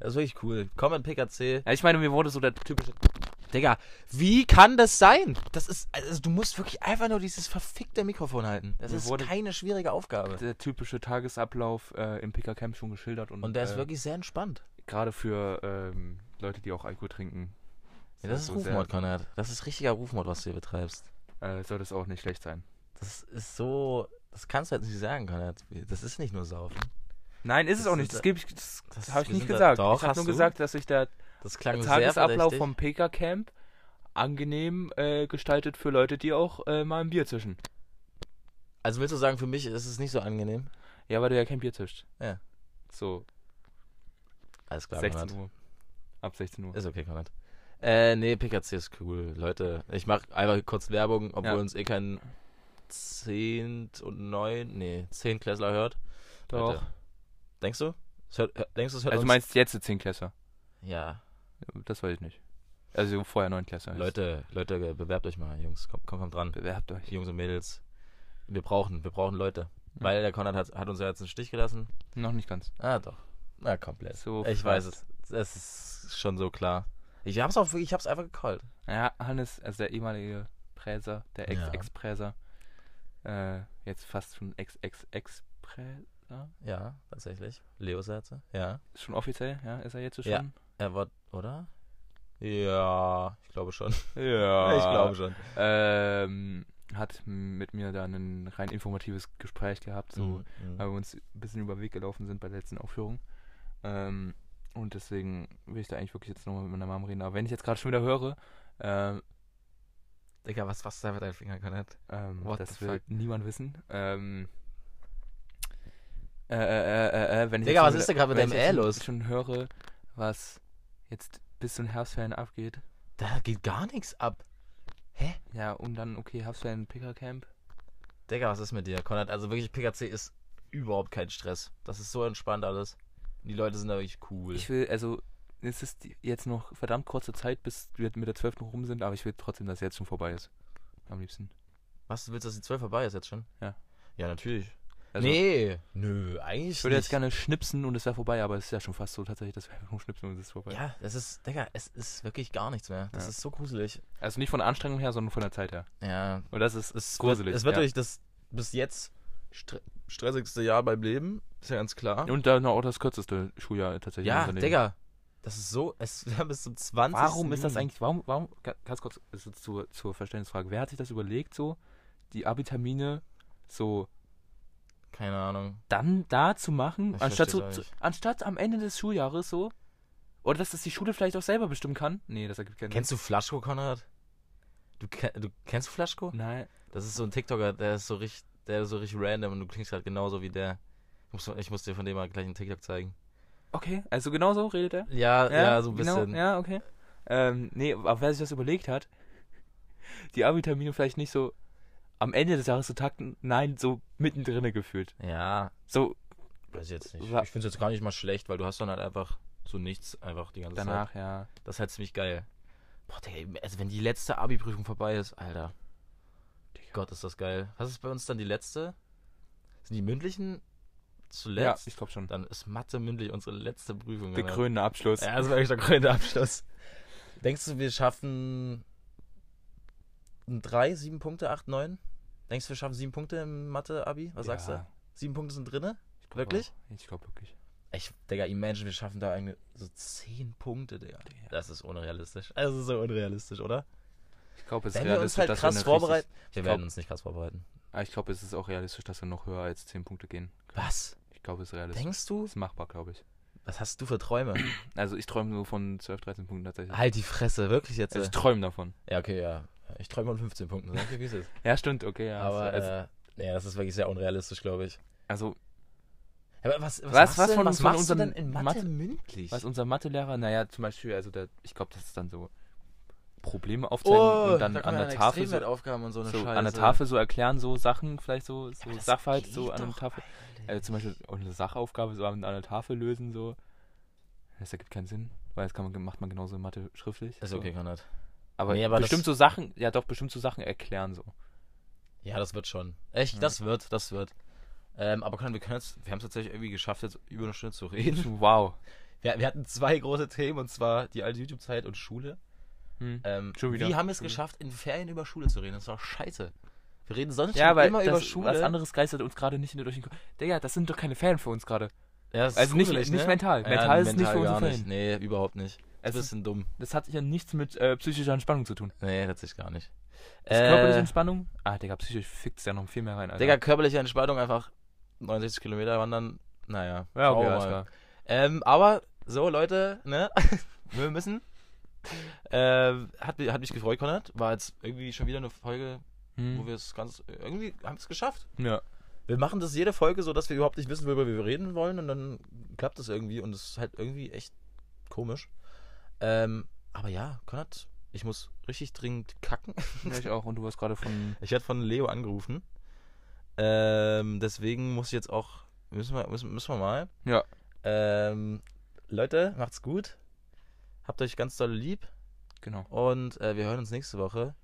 C: Das ist wirklich cool. Komm in PKC.
D: Ja, ich meine, mir wurde so der typische.
C: Digga, wie kann das sein? Das ist, also du musst wirklich einfach nur dieses verfickte Mikrofon halten. Das
D: Mir
C: ist
D: wurde-
C: keine schwierige Aufgabe.
D: Der typische Tagesablauf äh, im PK Camp schon geschildert und,
C: Und der ist
D: äh,
C: wirklich sehr entspannt.
D: gerade für ähm, Leute, die auch Alkohol trinken.
C: Ja, das ist
D: so sehr-
C: Rufmord, Konrad. Das ist richtiger Rufmord, was du hier betreibst.
D: Äh, soll das auch nicht schlecht sein.
C: Das ist so. Das kannst du jetzt nicht sagen, Konrad. Das ist nicht nur Saufen.
D: Nein, ist es
C: Das
D: auch
C: ist-
D: nicht. Das, geb ich- das,
C: das-
D: habe ich
C: wir
D: nicht
C: sind da-
D: gesagt.
C: doch,
D: ich habe
C: hast
D: nur
C: du.
D: gesagt, dass sich der
C: Das klang sehr
D: Tagesablauf
C: verdächtig.
D: vom PK-Camp angenehm äh, gestaltet für Leute, die auch äh, mal ein Bier zischen.
C: Also willst du sagen, für mich ist es nicht so angenehm?
D: Ja, weil du ja kein Bier zischt.
C: Ja.
D: So,
C: Alles klar,
D: 16
C: Konrad.
D: Uhr. Ab 16 Uhr.
C: Ist okay, Konrad. Äh, nee, PKC ist cool. Leute, ich mache einfach kurz Werbung, obwohl
D: Ja.
C: uns eh kein 10 und 9, nee, 10 Klässler hört.
D: Doch.
C: Leute, denkst du? Es hört, hör- denkst du, es hört
D: Also du
C: uns?
D: meinst jetzt die 10 Klässer?
C: Ja.
D: Das weiß ich nicht. Also vorher 9 Klässer.
C: Leute, Leute, bewerbt euch mal, Jungs. Kommt, kommt, kommt dran.
D: Bewerbt euch.
C: Jungs und Mädels. Wir brauchen, wir brauchen Leute. Weil der Konrad hat, hat uns ja jetzt einen Stich gelassen.
D: Noch nicht ganz.
C: Ah, doch. Na, komplett.
D: So
C: ich
D: fast.
C: weiß es. Es ist schon so klar. Ich hab's auch, ich hab's einfach gecallt.
D: Ja, Hannes, also der ehemalige Präser, der
C: Ja.
D: Ex-Ex-Präser, äh, jetzt fast schon Ex-Ex-Ex-Präser,
C: Ja, tatsächlich. Leo Serze. Ja.
D: Ist schon offiziell, ja, ist er jetzt so
C: Ja.
D: schon?
C: Er war, oder? Ja, ich glaube schon.
D: Ja,
C: Ich glaube schon.
D: Ähm, hat mit mir da ein rein informatives Gespräch gehabt, so,
C: Mhm.
D: weil wir uns ein bisschen über den Weg gelaufen sind bei der letzten Aufführung. Ähm, Und deswegen will ich da eigentlich wirklich jetzt nochmal mit meiner Mom reden. Aber wenn ich jetzt gerade schon wieder höre, ähm,
C: Digga, was was da mit deinem Finger connect?
D: ähm,
C: What
D: das
C: the
D: will niemand wissen. Ähm, äh, äh, äh, äh, wenn ich
C: Digga,
D: jetzt
C: was
D: schon
C: ist
D: wieder-
C: denn gerade mit
D: wenn ich
C: deinem
D: jetzt
C: L
D: schon-
C: los?
D: schon höre, was jetzt bis zu den Herbstferien abgeht.
C: Da geht gar nichts ab.
D: Ja, und dann, okay, Herbstferien, Pickercamp.
C: Digga, was ist mit dir, Konrad? Also wirklich, PKC ist überhaupt kein Stress. Das ist so entspannt alles. Die Leute sind da wirklich cool.
D: Ich will, also, es ist die- jetzt noch verdammt kurze Zeit, bis wir mit der 12. rum sind, aber ich will trotzdem, dass jetzt schon vorbei ist. Am liebsten.
C: was, du willst, dass die 12 vorbei ist jetzt schon?
D: Ja.
C: Ja, natürlich.
D: Also,
C: nee. Nö, eigentlich
D: Ich würde
C: nicht.
D: jetzt gerne schnipsen und es wäre vorbei, aber es ist ja schon fast so tatsächlich, dass wir einfach nur schnipsen und es ist vorbei.
C: Ja, das ist, Digga, es ist wirklich gar nichts mehr. Das
D: Ja.
C: ist so gruselig.
D: Also nicht von der Anstrengung her, sondern von der Zeit her.
C: Ja,
D: Und das ist,
C: es
D: gruselig.
C: Wird, es wird
D: ja.
C: durch das bis jetzt stre stressigste Jahr beim Leben. Ist ja ganz klar.
D: Und dann auch das kürzeste Schuljahr tatsächlich. in
C: ja,
D: unserem Leben.
C: Digga. Das ist so, es wäre bis zum 20.
D: Warum ist das
C: Juni.
D: eigentlich, warum, warum, ga- ganz kurz ist jetzt zur, zur Verständnisfrage, wer hat sich das überlegt, so die Abitamine so
C: Keine Ahnung.
D: dann da zu machen,
C: Ich
D: anstatt, so,
C: versteh's
D: zu,
C: auch
D: anstatt am Ende des Schuljahres so? Oder dass das die Schule vielleicht auch selber bestimmen kann? Nee, das ergibt keinen
C: Kennst du Flaschko, Konrad? Du, ke- du kennst du Flaschko?
D: Nein.
C: Das ist so ein TikToker, der ist so richtig, der ist so richtig random und du klingst halt genauso wie der. Ich muss, ich muss dir von dem mal gleich einen TikTok zeigen.
D: Okay, also genau so redet er?
C: Ja, ja, so ein
D: genau,
C: bisschen.
D: ja, okay. Ähm, nee, aber wer sich das überlegt hat, die Abi-Termine vielleicht nicht so am Ende des Jahres zu takten, nein, so mittendrin gefühlt.
C: ja,
D: So
C: weiß ich jetzt nicht.
D: Wa-
C: Ich finde es jetzt gar nicht mal schlecht, weil du hast dann halt einfach so nichts einfach die ganze Zeit.
D: danach, ja.
C: Das ist halt ziemlich geil. Boah, Digga, also wenn die letzte Abi-Prüfung vorbei ist, Alter. Gott, ist das geil. Was ist bei uns dann die letzte? Sind die mündlichen zuletzt?
D: Ja, ich glaube schon.
C: Dann ist Mathe mündlich unsere letzte Prüfung.
D: Der
C: Alter.
D: krönende Abschluss.
C: Ja, das war eigentlich der krönende Abschluss. Denkst du, wir schaffen 3, 7 Punkte, 8, 9? Denkst du, wir schaffen 7 Punkte im Mathe-Abi? Was sagst du?
D: Ja,
C: 7 Punkte sind drinne?
D: ich glaub
C: Wirklich?
D: auch. Ich glaube wirklich.
C: Ich, Digga, imagine, wir schaffen da eigentlich so 10 Punkte, Digga.
D: Digga.
C: Das ist unrealistisch. Das ist so unrealistisch, oder?
D: Ich glaube, es ist
C: Wenn wir uns
D: realistisch,
C: halt krass
D: dass wir eine richtig-
C: vorbereiten. Wir werden
D: glaub-
C: uns nicht krass vorbereiten.
D: Ah, ich glaube, es ist auch realistisch, dass wir noch höher als 10 Punkte gehen.
C: Was?
D: Ich glaube, es ist realistisch.
C: Denkst du?
D: Ist machbar, glaube ich.
C: Was hast du für Träume?
D: Also ich träume nur von 12, 13 Punkten tatsächlich.
C: halt die Fresse, wirklich jetzt.
D: Also ich träume davon.
C: Ja, okay, ja. Ich träume von 15 Punkten, sag ich dir, wie es ist.
D: Ja, stimmt, okay, ja.
C: Aber,
D: also,
C: äh, ja, das ist wirklich sehr unrealistisch, glaube ich.
D: also
C: Ja, Aber was, was,
D: Was-
C: machst du
D: was
C: denn,
D: von-
C: was
D: von
C: machst du
D: unserem
C: denn in Mathe,
D: Mathe-
C: mündlich?
D: Was unser Mathelehrer, naja, zum Beispiel, also der, ich glaube, das ist dann so Probleme aufzeigen
C: oh,
D: und dann an der Tafel so,
C: Aufgaben und so Oh, eine
D: so
C: Scheiße.
D: an der Tafel so erklären, so Sachen vielleicht so, so
C: Aber das
D: Sachverhalt
C: geht
D: so an der
C: doch
D: Tafel.
C: eigentlich.
D: Also zum Beispiel auch eine Sachaufgabe so an an der Tafel lösen, so. Das ergibt keinen Sinn, weil das kann man, macht man genauso in Mathe schriftlich.
C: Ist
D: so.
C: okay, Konrad.
D: Aber,
C: Nee, aber
D: bestimmt
C: das-
D: so Sachen, ja doch, bestimmt so Sachen erklären so.
C: Ja, das wird schon. Echt, das wird, das wird. Ähm, aber Konrad, wir können jetzt, wir haben es tatsächlich irgendwie geschafft, jetzt über eine Stunde zu reden.
D: Wow.
C: Wir, wir hatten zwei große Themen, und zwar die alte YouTube-Zeit und Schule.
D: Hm.
C: Ähm,
D: Schon wieder.
C: Wir haben es
D: Schon wieder.
C: geschafft, in Ferien über Schule zu reden. Das war scheiße. Wir reden sonst
D: Ja,
C: schon
D: weil
C: immer
D: das,
C: über Schule.
D: was anderes geistert uns gerade nicht durch den Kopf. Digga, das sind doch keine Fan für uns gerade.
C: Ja, das ist
D: Also nicht-
C: gruselig,
D: nicht
C: ne?
D: mental. Mental ist nicht für
C: gar
D: unsere
C: nicht. Nee, überhaupt nicht. Das
D: Es
C: ist ein bisschen dumm.
D: Das hat ja nichts mit äh, psychischer Entspannung zu tun.
C: Nee, tatsächlich gar nicht.
D: Ist körperliche
C: Äh,
D: Entspannung? Ah, Digga, psychisch fickt es ja noch viel mehr rein, Alter.
C: Digga, körperliche Entspannung einfach 69 Kilometer wandern. Naja.
D: ja, okay,
C: schauen wir
D: alles
C: mal.
D: klar.
C: Ähm, aber so, Leute, ne? Wir müssen. Ähm, hat, mi- hat mich gefreut, Konrad. War jetzt irgendwie schon wieder eine Folge, wo
D: Hm.
C: wir es ganz. Irgendwie haben wir es geschafft.
D: Ja.
C: Wir machen das jede Folge so, dass wir überhaupt nicht wissen, worüber wir reden wollen. Und dann klappt das irgendwie. Und es ist halt irgendwie echt komisch. Ähm, aber ja, Konrad, ich muss richtig dringend kacken.
D: Ja, ich auch. Und du warst gerade von.
C: Ich werde von Leo angerufen. Ähm, deswegen muss ich jetzt auch. Müssen wir, müssen, müssen wir mal.
D: Ja.
C: Ähm, Leute, macht's gut. Habt euch ganz doll lieb.
D: Genau.
C: Und äh, wir hören uns nächste Woche.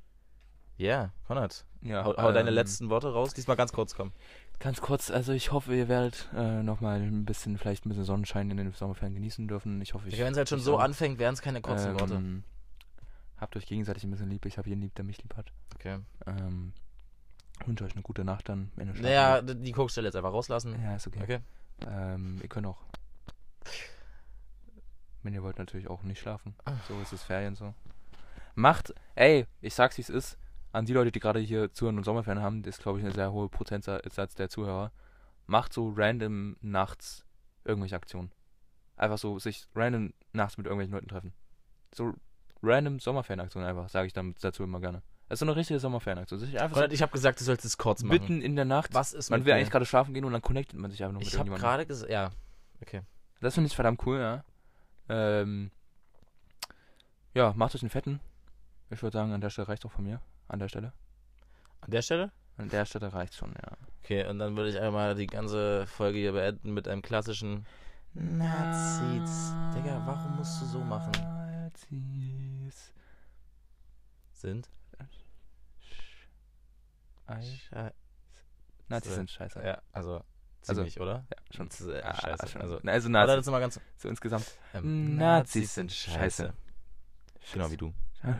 C: Ja, Konrad.
D: Ja,
C: hau hau deine
D: ähm,
C: letzten Worte raus. Diesmal ganz kurz kommen.
D: Ganz kurz, also ich hoffe, ihr werdet äh, nochmal ein bisschen, vielleicht ein bisschen Sonnenschein in den Sommerferien genießen dürfen. Ich hoffe, ich.
C: Wenn es halt schon
D: ich
C: so
D: auch.
C: anfängt, wären es keine kurzen
D: ähm,
C: Worte.
D: Habt euch gegenseitig ein bisschen lieb. Ich habe jeden lieb, der mich lieb hat.
C: Okay.
D: Ähm, wünsche euch eine gute Nacht dann. Wenn ihr schlafen
C: Naja, d- die Kochstelle jetzt einfach rauslassen.
D: geht. Ja, ist okay.
C: Okay.
D: Ähm, ihr könnt auch. Wenn ihr wollt, natürlich auch nicht schlafen.
C: Ah.
D: So ist es Ferien so. Macht, ey, ich sag's wie es ist. An die Leute, die gerade hier Zuhören und Sommerferien haben, das ist, glaube ich, ein sehr hoher Prozentsatz der Zuhörer. Macht so random nachts irgendwelche Aktionen. Einfach so sich random nachts mit irgendwelchen Leuten treffen. So random Sommerferienaktion einfach, sage ich dann dazu immer gerne. Das ist so eine richtige Sommerferienaktion. Sich einfach
C: Konrad, ich habe gesagt, du sollst es kurz
D: so
C: machen.
D: mitten in der Nacht.
C: Was ist
D: Man
C: mit
D: will
C: mir?
D: eigentlich gerade schlafen gehen und dann connectet man sich einfach noch mit
C: Ich habe
D: irgendjemandem.
C: gerade gesagt, ja.
D: Das finde ich verdammt cool, ja. Ähm, ja, macht euch einen Fetten. Ich würde sagen, an der Stelle reicht auch von mir. An der Stelle.
C: An der Stelle?
D: An der Stelle reicht schon, ja.
C: Okay, und dann würde ich einmal die ganze Folge hier beenden mit einem klassischen Nazis. Digga, warum musst du so machen?
D: Nazis.
C: Sind?
D: Ei.
C: Schei-
D: Nazis
C: So.
D: sind scheiße.
C: Ja, also ziemlich, oder?
D: Ja, schon.
C: Das ist, äh,
D: Ah,
C: scheiße.
D: schon.
C: Also,
D: Na, also
C: Nazis.
D: Nazis,
C: das ist immer ganz.
D: so insgesamt.
C: Ähm,
D: Nazis sind scheiße.
C: Genau wie du.